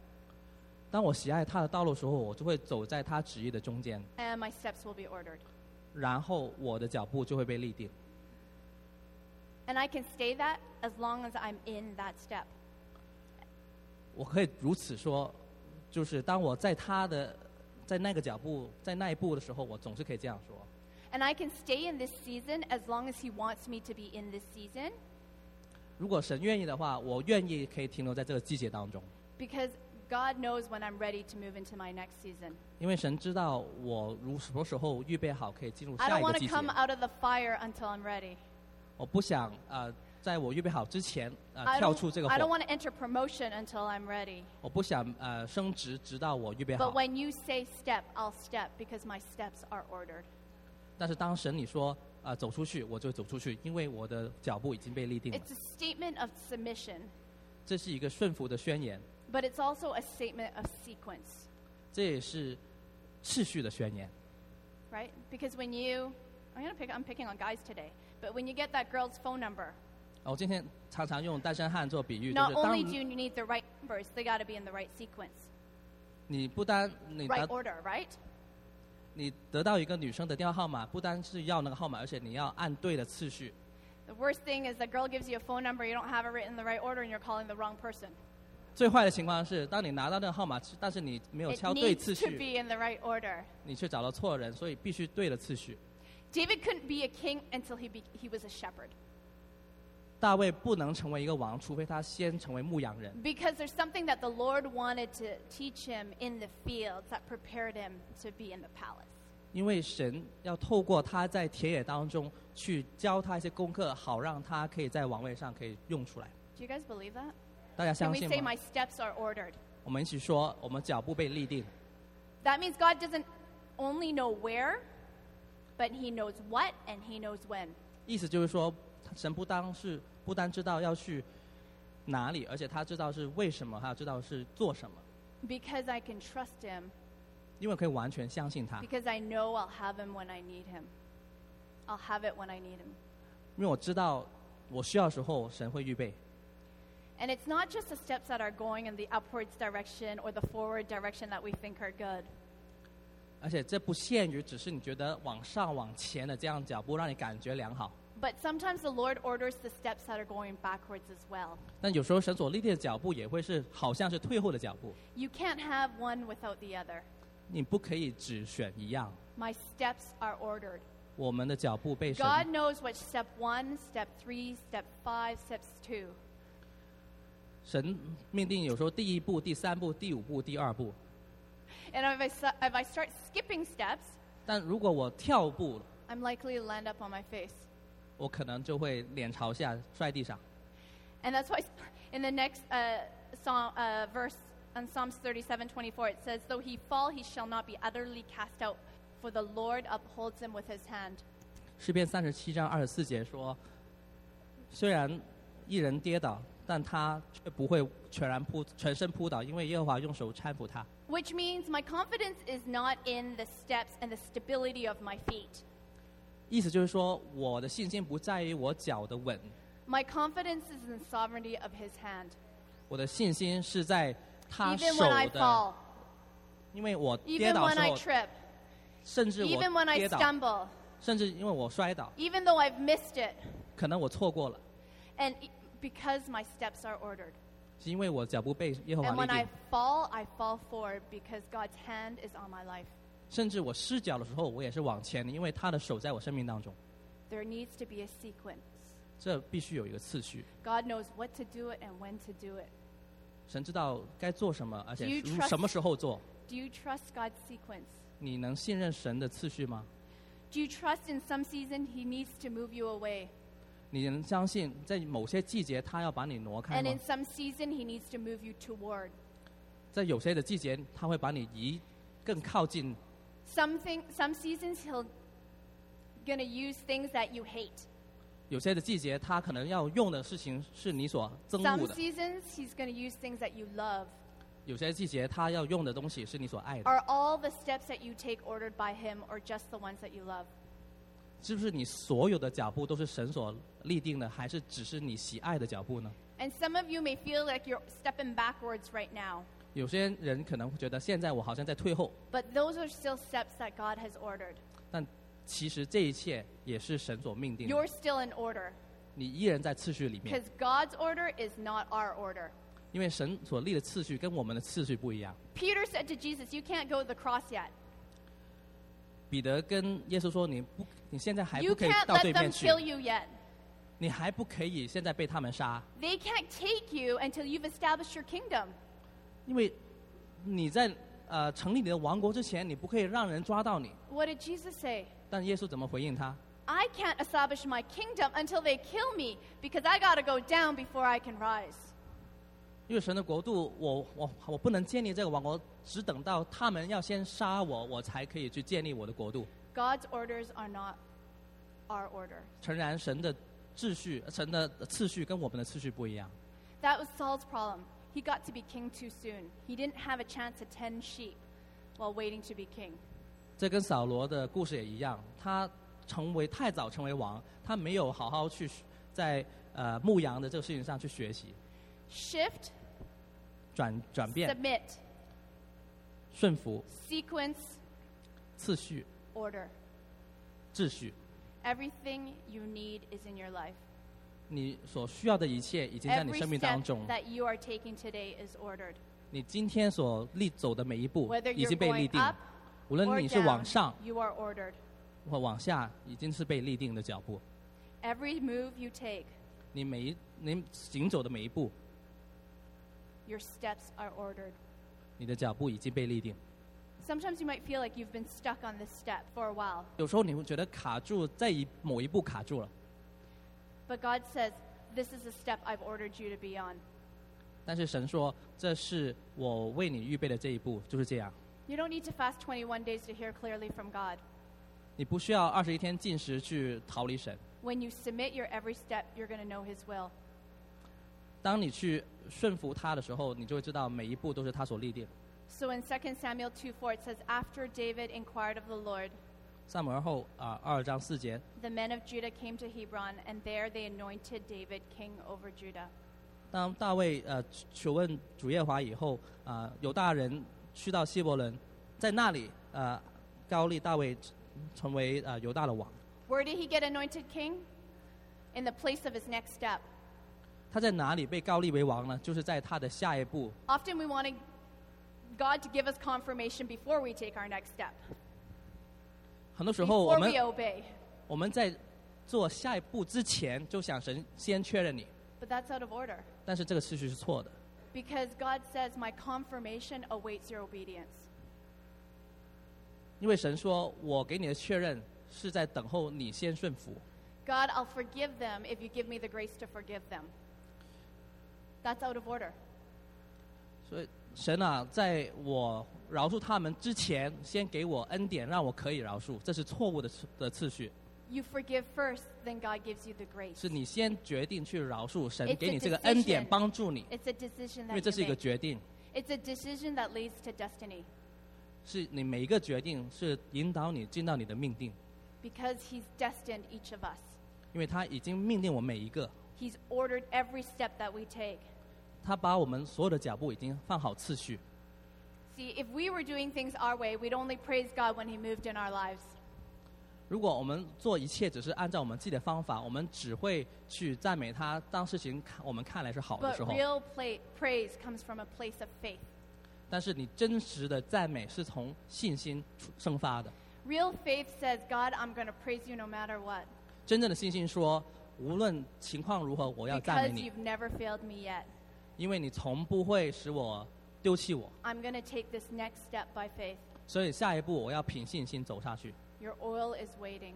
Speaker 2: 当我喜爱他的道路的时候，我就会走在他旨意的中间，
Speaker 3: and my steps will be ordered.
Speaker 2: 然后我的脚步就会被立定。
Speaker 3: And I can stay that as long as I'm in that step.
Speaker 2: 我可以如此说，就是当我在他的在那个脚步在那一步的时候，我总是可以这样说。
Speaker 3: And I can stay in this season as long as He wants me to be in this season
Speaker 2: 如果神愿意的话，我愿意可以停留在这个季节当中，
Speaker 3: because God knows when I'm ready to move into my next season.
Speaker 2: 因为神知道我如什么时候预备好可以进入
Speaker 3: I
Speaker 2: 下
Speaker 3: don't
Speaker 2: 一个
Speaker 3: want
Speaker 2: 季
Speaker 3: to
Speaker 2: 节。
Speaker 3: come out of the fire until I'm ready.
Speaker 2: 我不想呃，在我预备好之前
Speaker 3: I
Speaker 2: 呃跳出这
Speaker 3: don't,
Speaker 2: 个
Speaker 3: I don't
Speaker 2: 火，
Speaker 3: want to enter promotion until I'm ready.
Speaker 2: 我不想呃升职，直到我预备好
Speaker 3: But。when you say step, I'll step because my steps are ordered.
Speaker 2: 但是当神你说啊、呃走出去，我就走出去，因为我的脚步已经被立定了
Speaker 3: It's。a statement of submission,
Speaker 2: 这是一个顺服的宣言，
Speaker 3: but it's also a statement of sequence,
Speaker 2: 这也是次序的宣言。
Speaker 3: right? Because when you, I'm gonna pick. I'm picking on guys today. But when you get that girl's phone number,
Speaker 2: 啊，我今天常常用单身汉做比喻，就
Speaker 3: not
Speaker 2: 是当
Speaker 3: only do you need the right numbers, they got to be in the right sequence,
Speaker 2: 你不单你得
Speaker 3: right order, right?
Speaker 2: 你得到一个女生的电话号码，不单是要那个号码，而且你要按对的次序。
Speaker 3: The worst thing is the girl gives you a phone number, you don't have it written in the right order, and you're calling the wrong person.
Speaker 2: 最坏的情况是，当你拿到那个号码，但是你没有
Speaker 3: It
Speaker 2: 敲对次
Speaker 3: needs to
Speaker 2: 序，
Speaker 3: be in the right order.
Speaker 2: 你却找到错人，所以必须对的次序。
Speaker 3: David couldn't be a king until he be, he was a shepherd,
Speaker 2: 大卫不能成为一个王，除非他先成为牧羊人，
Speaker 3: because there's something that the Lord wanted to teach him in the fields that prepared him to be in the palace.
Speaker 2: 因为神要透过他在田野当中去教他一些功课，好让他可以在王位上可以用出来。
Speaker 3: Do you guys believe that?
Speaker 2: 大家
Speaker 3: Can
Speaker 2: 相
Speaker 3: we
Speaker 2: 信
Speaker 3: say
Speaker 2: 吗
Speaker 3: my？steps are ordered?
Speaker 2: 我们一起说，我们脚步被立定。
Speaker 3: That means God doesn't only know where, but He knows what and He knows when.
Speaker 2: 意思就是说，神不单是不单知道要去哪里，而且他知道是为什么，还有知道是做什么，
Speaker 3: Because I can trust Him,
Speaker 2: 因为可以完全相信他，
Speaker 3: because I know I'll have Him when I need Him. I'll have it when I need Him.
Speaker 2: 因为我知道我需要的时候神会预备。
Speaker 3: And it's not just the steps that are going in the upwards direction or the forward direction that we think are good.
Speaker 2: 而且这不限于只是你觉得往上往前的这样脚步让你感觉良好，
Speaker 3: But sometimes the Lord orders the steps that are going backwards as well.
Speaker 2: 但有时候神所立定的脚步也会是好像是退后的脚步，
Speaker 3: You can't have one without the other.
Speaker 2: 你不可以只选一样。
Speaker 3: My steps are ordered.
Speaker 2: 我们的脚步被神
Speaker 3: God knows what step one, step three, step five, steps two.
Speaker 2: 神命定，有时候第一步、第三步、第五步、第二步，
Speaker 3: And if I, su- if I start skipping steps,
Speaker 2: 但如果我跳步，
Speaker 3: I'm likely to land up on my face.
Speaker 2: 我可能就会脸朝下摔地上。
Speaker 3: And that's why s- in the next uh, psalm, uh, verse on Psalms 37 24, it says, Though he fall, he shall not be utterly cast out, for the Lord upholds him with his hand.
Speaker 2: 诗篇三十七章二十四节说：“虽然一人跌倒，但他却不会全然扑全身扑倒，因为耶和华用手搀扶他。
Speaker 3: Which means my confidence is not in the steps and the stability of my feet. ”
Speaker 2: 意思就是说，我的信心不在于我脚的稳，
Speaker 3: My confidence is in the sovereignty of his hand.
Speaker 2: 我的信心是在他
Speaker 3: Even
Speaker 2: 手
Speaker 3: when I
Speaker 2: 的
Speaker 3: fall,。
Speaker 2: 因为我跌
Speaker 3: even
Speaker 2: 倒的
Speaker 3: when
Speaker 2: 时
Speaker 3: I
Speaker 2: 候，
Speaker 3: trip,
Speaker 2: 甚至
Speaker 3: even
Speaker 2: 我
Speaker 3: when I
Speaker 2: 跌倒，
Speaker 3: stumble,
Speaker 2: 甚至因为我摔倒，
Speaker 3: even though I've missed it,
Speaker 2: 可能我错过了，
Speaker 3: and e- because my steps are ordered.
Speaker 2: 是因为我脚步被耶和
Speaker 3: And
Speaker 2: 华
Speaker 3: when
Speaker 2: 立
Speaker 3: I
Speaker 2: 定。
Speaker 3: fall, I fall forward because God's hand is on my life.
Speaker 2: 甚至我失脚的时候，我也是往前的，因为他的手在我生命当中。
Speaker 3: There needs to be a sequence.
Speaker 2: 这必须有一个次序。
Speaker 3: God knows what to do it and when to do it.
Speaker 2: 神知道该做什么，而且
Speaker 3: Do you
Speaker 2: 如
Speaker 3: trust-
Speaker 2: 什么时候做。
Speaker 3: Do you trust God's sequence?
Speaker 2: 你能信任神的次序吗？
Speaker 3: Do you trust in some season He needs to move you away,
Speaker 2: 你能相信在某些季节他要把你挪开
Speaker 3: and
Speaker 2: 吗
Speaker 3: in？some season He needs to move you toward?
Speaker 2: 在有些的季节，他会把你移更靠近。
Speaker 3: Something, some seasons He'll gonna use things that you hate.
Speaker 2: 有些的季节，他可能要用的事情是你所憎恶
Speaker 3: Some
Speaker 2: 的；
Speaker 3: seasons He's gonna use things that you love.
Speaker 2: 有些季节，他要用的东西是你所爱的。
Speaker 3: Are all the steps that you take ordered by Him, or just the ones that you love?
Speaker 2: 是不是你所有的脚步都是神所立定的，还是只是你喜爱的脚步呢？
Speaker 3: And some of you may feel like you're stepping backwards right now,
Speaker 2: 有些人可能会觉得现在我好像在退后，
Speaker 3: but those are still steps that God has ordered.
Speaker 2: 但其实这一切也是神所命定的。
Speaker 3: You're still in order
Speaker 2: 你依然在次序里面
Speaker 3: because，God's order is not our order.
Speaker 2: 因为神所立的次序跟我们的次序不一样。
Speaker 3: Peter said to Jesus, You can't go to the cross yet.
Speaker 2: 彼得跟耶稣说：“你不，你现在还
Speaker 3: You
Speaker 2: 不可以
Speaker 3: can't
Speaker 2: 到
Speaker 3: let
Speaker 2: 对
Speaker 3: them
Speaker 2: 面去，
Speaker 3: kill you yet.
Speaker 2: 你还不可以现在被他们杀，
Speaker 3: They can't take you until you've established your kingdom.
Speaker 2: 因为你在呃成立你的王国之前，你不可以让人抓到你。
Speaker 3: What did Jesus say? ”
Speaker 2: 但耶稣怎么回应他？
Speaker 3: I can't establish my kingdom until they kill me because I got to go down before I can rise.
Speaker 2: 因为神的国度，我我我不能建立这个王国，只等到他们要先杀我，我才可以去建立我的国度。
Speaker 3: God's orders are not our order.
Speaker 2: 诚然，神的秩序、呃神的次序跟我们的次序不一样。
Speaker 3: That was Saul's problem. He got to be king too soon. He didn't have a chance to tend sheep while waiting to be king.
Speaker 2: 这跟扫罗的故事也一样，他成为太早成为王，他没有好好去在呃牧羊的这个事情上去学习，
Speaker 3: Shift,
Speaker 2: 转转变、
Speaker 3: submit,
Speaker 2: 顺服、
Speaker 3: sequence,
Speaker 2: 次序、
Speaker 3: order.
Speaker 2: 秩序。
Speaker 3: Everything you need is in your life.
Speaker 2: 你所需要的一切已经在你
Speaker 3: Every
Speaker 2: 生命当
Speaker 3: step
Speaker 2: 中，
Speaker 3: that you are taking today is ordered.
Speaker 2: 你今天所立走的每一步
Speaker 3: Whether
Speaker 2: 已
Speaker 3: you're
Speaker 2: 经被立
Speaker 3: going
Speaker 2: 定
Speaker 3: up，
Speaker 2: 无
Speaker 3: or
Speaker 2: 论你是往
Speaker 3: down,
Speaker 2: 上
Speaker 3: you are ordered.
Speaker 2: 或往下，已经是被立定的脚步。
Speaker 3: Every move you take,
Speaker 2: 你每一你行走的每一步，
Speaker 3: your steps are ordered.
Speaker 2: 你的脚步已经被立定。
Speaker 3: Sometimes you might feel like you've been stuck on this step for a while,
Speaker 2: 有时候你会觉得卡住，在一某一步卡住了，
Speaker 3: but God says, This is a step I've ordered you to be on.
Speaker 2: 但是神说这是我为你预备的这一步，就是这样。
Speaker 3: You don't need to fast 21 days to hear clearly from God.
Speaker 2: 你不需要二十一天禁食去逃离神。
Speaker 3: When you submit your every step, you're going to know His will.
Speaker 2: 当你去顺服他的时候，你就会知道每一步都是他所立定。
Speaker 3: So in 2 Samuel 2 4, it says, After David inquired of the Lord,
Speaker 2: 萨姆尔后啊二章四节，
Speaker 3: the men of Judah came to Hebron, and there they anointed David king over Judah.
Speaker 2: 当大卫呃求问主耶和华以后，啊、犹大人去到希伯伦，在那里呃高利大卫成为呃犹大的王。
Speaker 3: Where did he get anointed king? In the place of his next step.
Speaker 2: 他在哪里被高利为王呢？就是在他的下一步
Speaker 3: Often we want to, God to give us confirmation before we take our next step,
Speaker 2: 很多时候，我
Speaker 3: before
Speaker 2: 们
Speaker 3: we obey.
Speaker 2: 我们在做下一步之前，就想神先确认你，
Speaker 3: But that's out of order
Speaker 2: 但是这个次序是错的。
Speaker 3: because God says, My confirmation awaits your obedience.
Speaker 2: 因为神说：“我给你的确认是在等候你先顺服。
Speaker 3: God, I'll forgive them if you give me the grace to forgive them. That's out of order. ”
Speaker 2: 所以神啊，在啊我饶恕他们之前，先给我恩典，让我可以饶恕，这是错误的次的次序。
Speaker 3: You forgive first, then God gives you the grace.
Speaker 2: 是你先决定去饶恕，神
Speaker 3: It's a
Speaker 2: 给你这个恩典
Speaker 3: decision
Speaker 2: 帮助你，
Speaker 3: It's a decision
Speaker 2: 因为
Speaker 3: that
Speaker 2: 这是
Speaker 3: you
Speaker 2: 一个
Speaker 3: make.
Speaker 2: 决定，
Speaker 3: It's a decision that leads to destiny
Speaker 2: 是你每一个决定是引导你进到你的命定，
Speaker 3: because He's destined each of us.
Speaker 2: 因为他已经命令我每一个，
Speaker 3: He's ordered every step that we take.
Speaker 2: 他把我们所有的脚步已经放好次序。
Speaker 3: See, if we were doing things our way, we'd only praise God when He moved in our lives.
Speaker 2: 如果我们做一切只是按照我们自己的方法，我们只会去赞美他。当事情看我们看来是好的时
Speaker 3: But
Speaker 2: 候，
Speaker 3: real pla- praise comes from a place of faith.
Speaker 2: 但是你真实的赞美是从信心出生发的。
Speaker 3: Real faith says, God, I'm going to praise you no matter what
Speaker 2: 真正的信心说，无论情况如何，我要赞美
Speaker 3: because
Speaker 2: 你
Speaker 3: you've，never failed me yet.
Speaker 2: 因为你从不会使我丢弃我。
Speaker 3: I'm going to take this next step by faith.
Speaker 2: 所以下一步我要凭信心走下去。
Speaker 3: Your oil is waiting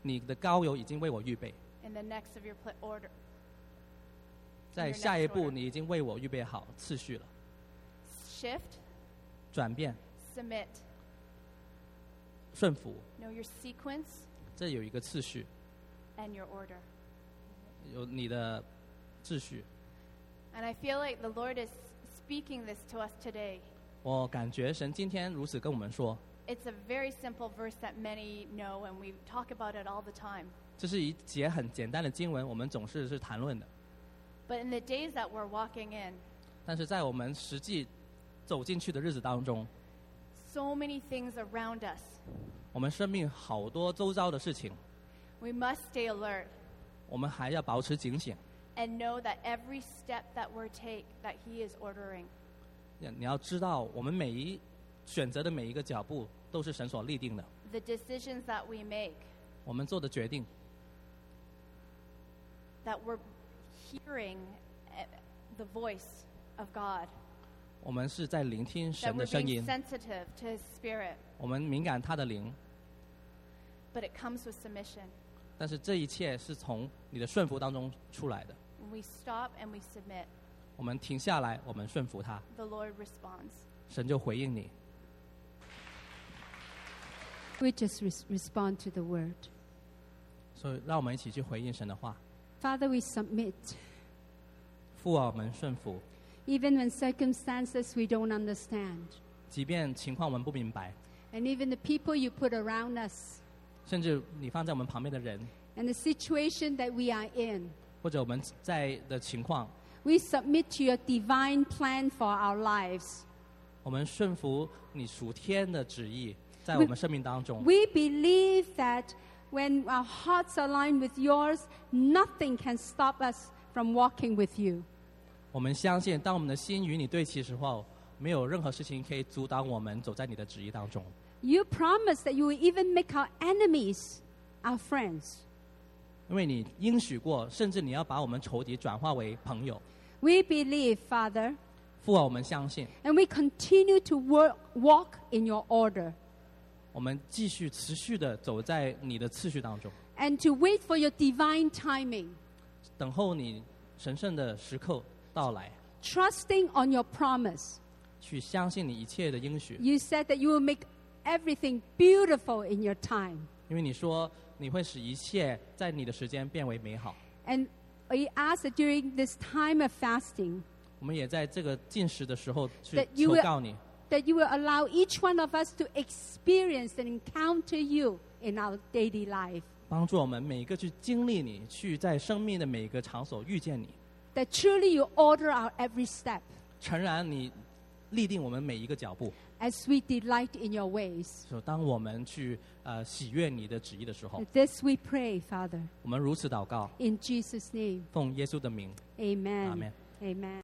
Speaker 2: 你的膏油已经为我预备，
Speaker 3: in the next of your pla- order.
Speaker 2: 在
Speaker 3: Your next
Speaker 2: 下一步
Speaker 3: order.
Speaker 2: 你已经为我预备好次序了。
Speaker 3: Shift,
Speaker 2: 转变、
Speaker 3: submit,
Speaker 2: 顺服，
Speaker 3: know your sequence
Speaker 2: 这有一个次序，
Speaker 3: and your order.
Speaker 2: 有你的秩序。
Speaker 3: And I feel like the Lord is speaking this to us today.
Speaker 2: 我感觉神今天如此跟我们说，
Speaker 3: It's a very simple verse that many know, and we talk about it all the time.
Speaker 2: 这是一节很简单的经文，我们总是是谈论的。
Speaker 3: But in the days that we're walking in,
Speaker 2: 但是在我们实际走进去的日子当中，
Speaker 3: so many things around us.
Speaker 2: 我们生命好多周遭的事情，
Speaker 3: We must stay alert
Speaker 2: 我们还要保持警醒。
Speaker 3: and know that every step that we take, that He is ordering.
Speaker 2: 你要知道，我们每一选择的每一个脚步都是神所立定的，
Speaker 3: The decisions that we make,
Speaker 2: 我们做的决定，
Speaker 3: that we're hearing eh, the voice of God,
Speaker 2: 我们是在聆听
Speaker 3: that
Speaker 2: 神
Speaker 3: we're
Speaker 2: 的声
Speaker 3: being
Speaker 2: 音，
Speaker 3: sensitive to His Spirit,
Speaker 2: 我们敏感他的灵。
Speaker 3: but it comes with submission.
Speaker 2: 但是这一切是从你的顺服当中出来的。
Speaker 3: When we stop and we submit,
Speaker 2: 我们停下来，我们顺服他，
Speaker 3: the Lord responds.
Speaker 2: 神就回应你。
Speaker 1: We just res- respond to the word.
Speaker 2: 所以，让我们一起去回应神的话。
Speaker 1: Father, we submit.
Speaker 2: 父啊，我们顺服，
Speaker 1: Even when circumstances we don't understand,
Speaker 2: 即便情况我们不明白，
Speaker 1: and even the people you put around us,
Speaker 2: 甚至你放在我们旁边的人，
Speaker 1: and the situation that we are in.
Speaker 2: 或者我们在的情况，
Speaker 1: We submit to your divine plan for our lives.
Speaker 2: 我们顺服你属天的旨意，在我们生命当中，
Speaker 1: We believe that when our hearts align with yours, nothing can stop us from walking with you.
Speaker 2: 我们相信，当我们的心与你对齐时候，没有任何事情可以阻挡我们走在你的旨意当中。
Speaker 1: You promise that you will even make our enemies our friends.
Speaker 2: 因为你应许过，甚至你要把我们仇敌转化为朋友。
Speaker 1: We believe, Father,
Speaker 2: 父啊，我们相信，
Speaker 1: and we continue to work, walk in your order
Speaker 2: 我们继续持续的走在你的次序当中，
Speaker 1: and to wait for your divine timing,
Speaker 2: 等候你神圣的时刻到来，
Speaker 1: trusting on your promise.
Speaker 2: 去相信你一切的应许。
Speaker 1: You said that you will make everything beautiful in your time.
Speaker 2: 因为你说你会使一切在你的时间变为美好。
Speaker 1: And we ask that during this time of fasting,
Speaker 2: 我们也在这个进食的时候去
Speaker 1: That you
Speaker 2: 求
Speaker 1: will-
Speaker 2: 告你，
Speaker 1: that you will allow each one of us to experience and encounter you in our daily life.
Speaker 2: 帮助我们每一个去经历你，去在生命的每一个场所遇见你。
Speaker 1: That truly you order our every step
Speaker 2: 诚然，你立定我们每一个脚步。
Speaker 1: as we delight in your ways.
Speaker 2: 就当我们去呃喜悦你的旨意的时候，
Speaker 1: This we pray, Father,
Speaker 2: 我们如此祷告，
Speaker 1: in Jesus' name.
Speaker 2: 奉耶稣的名，
Speaker 1: Amen.
Speaker 2: Amen.
Speaker 1: Amen.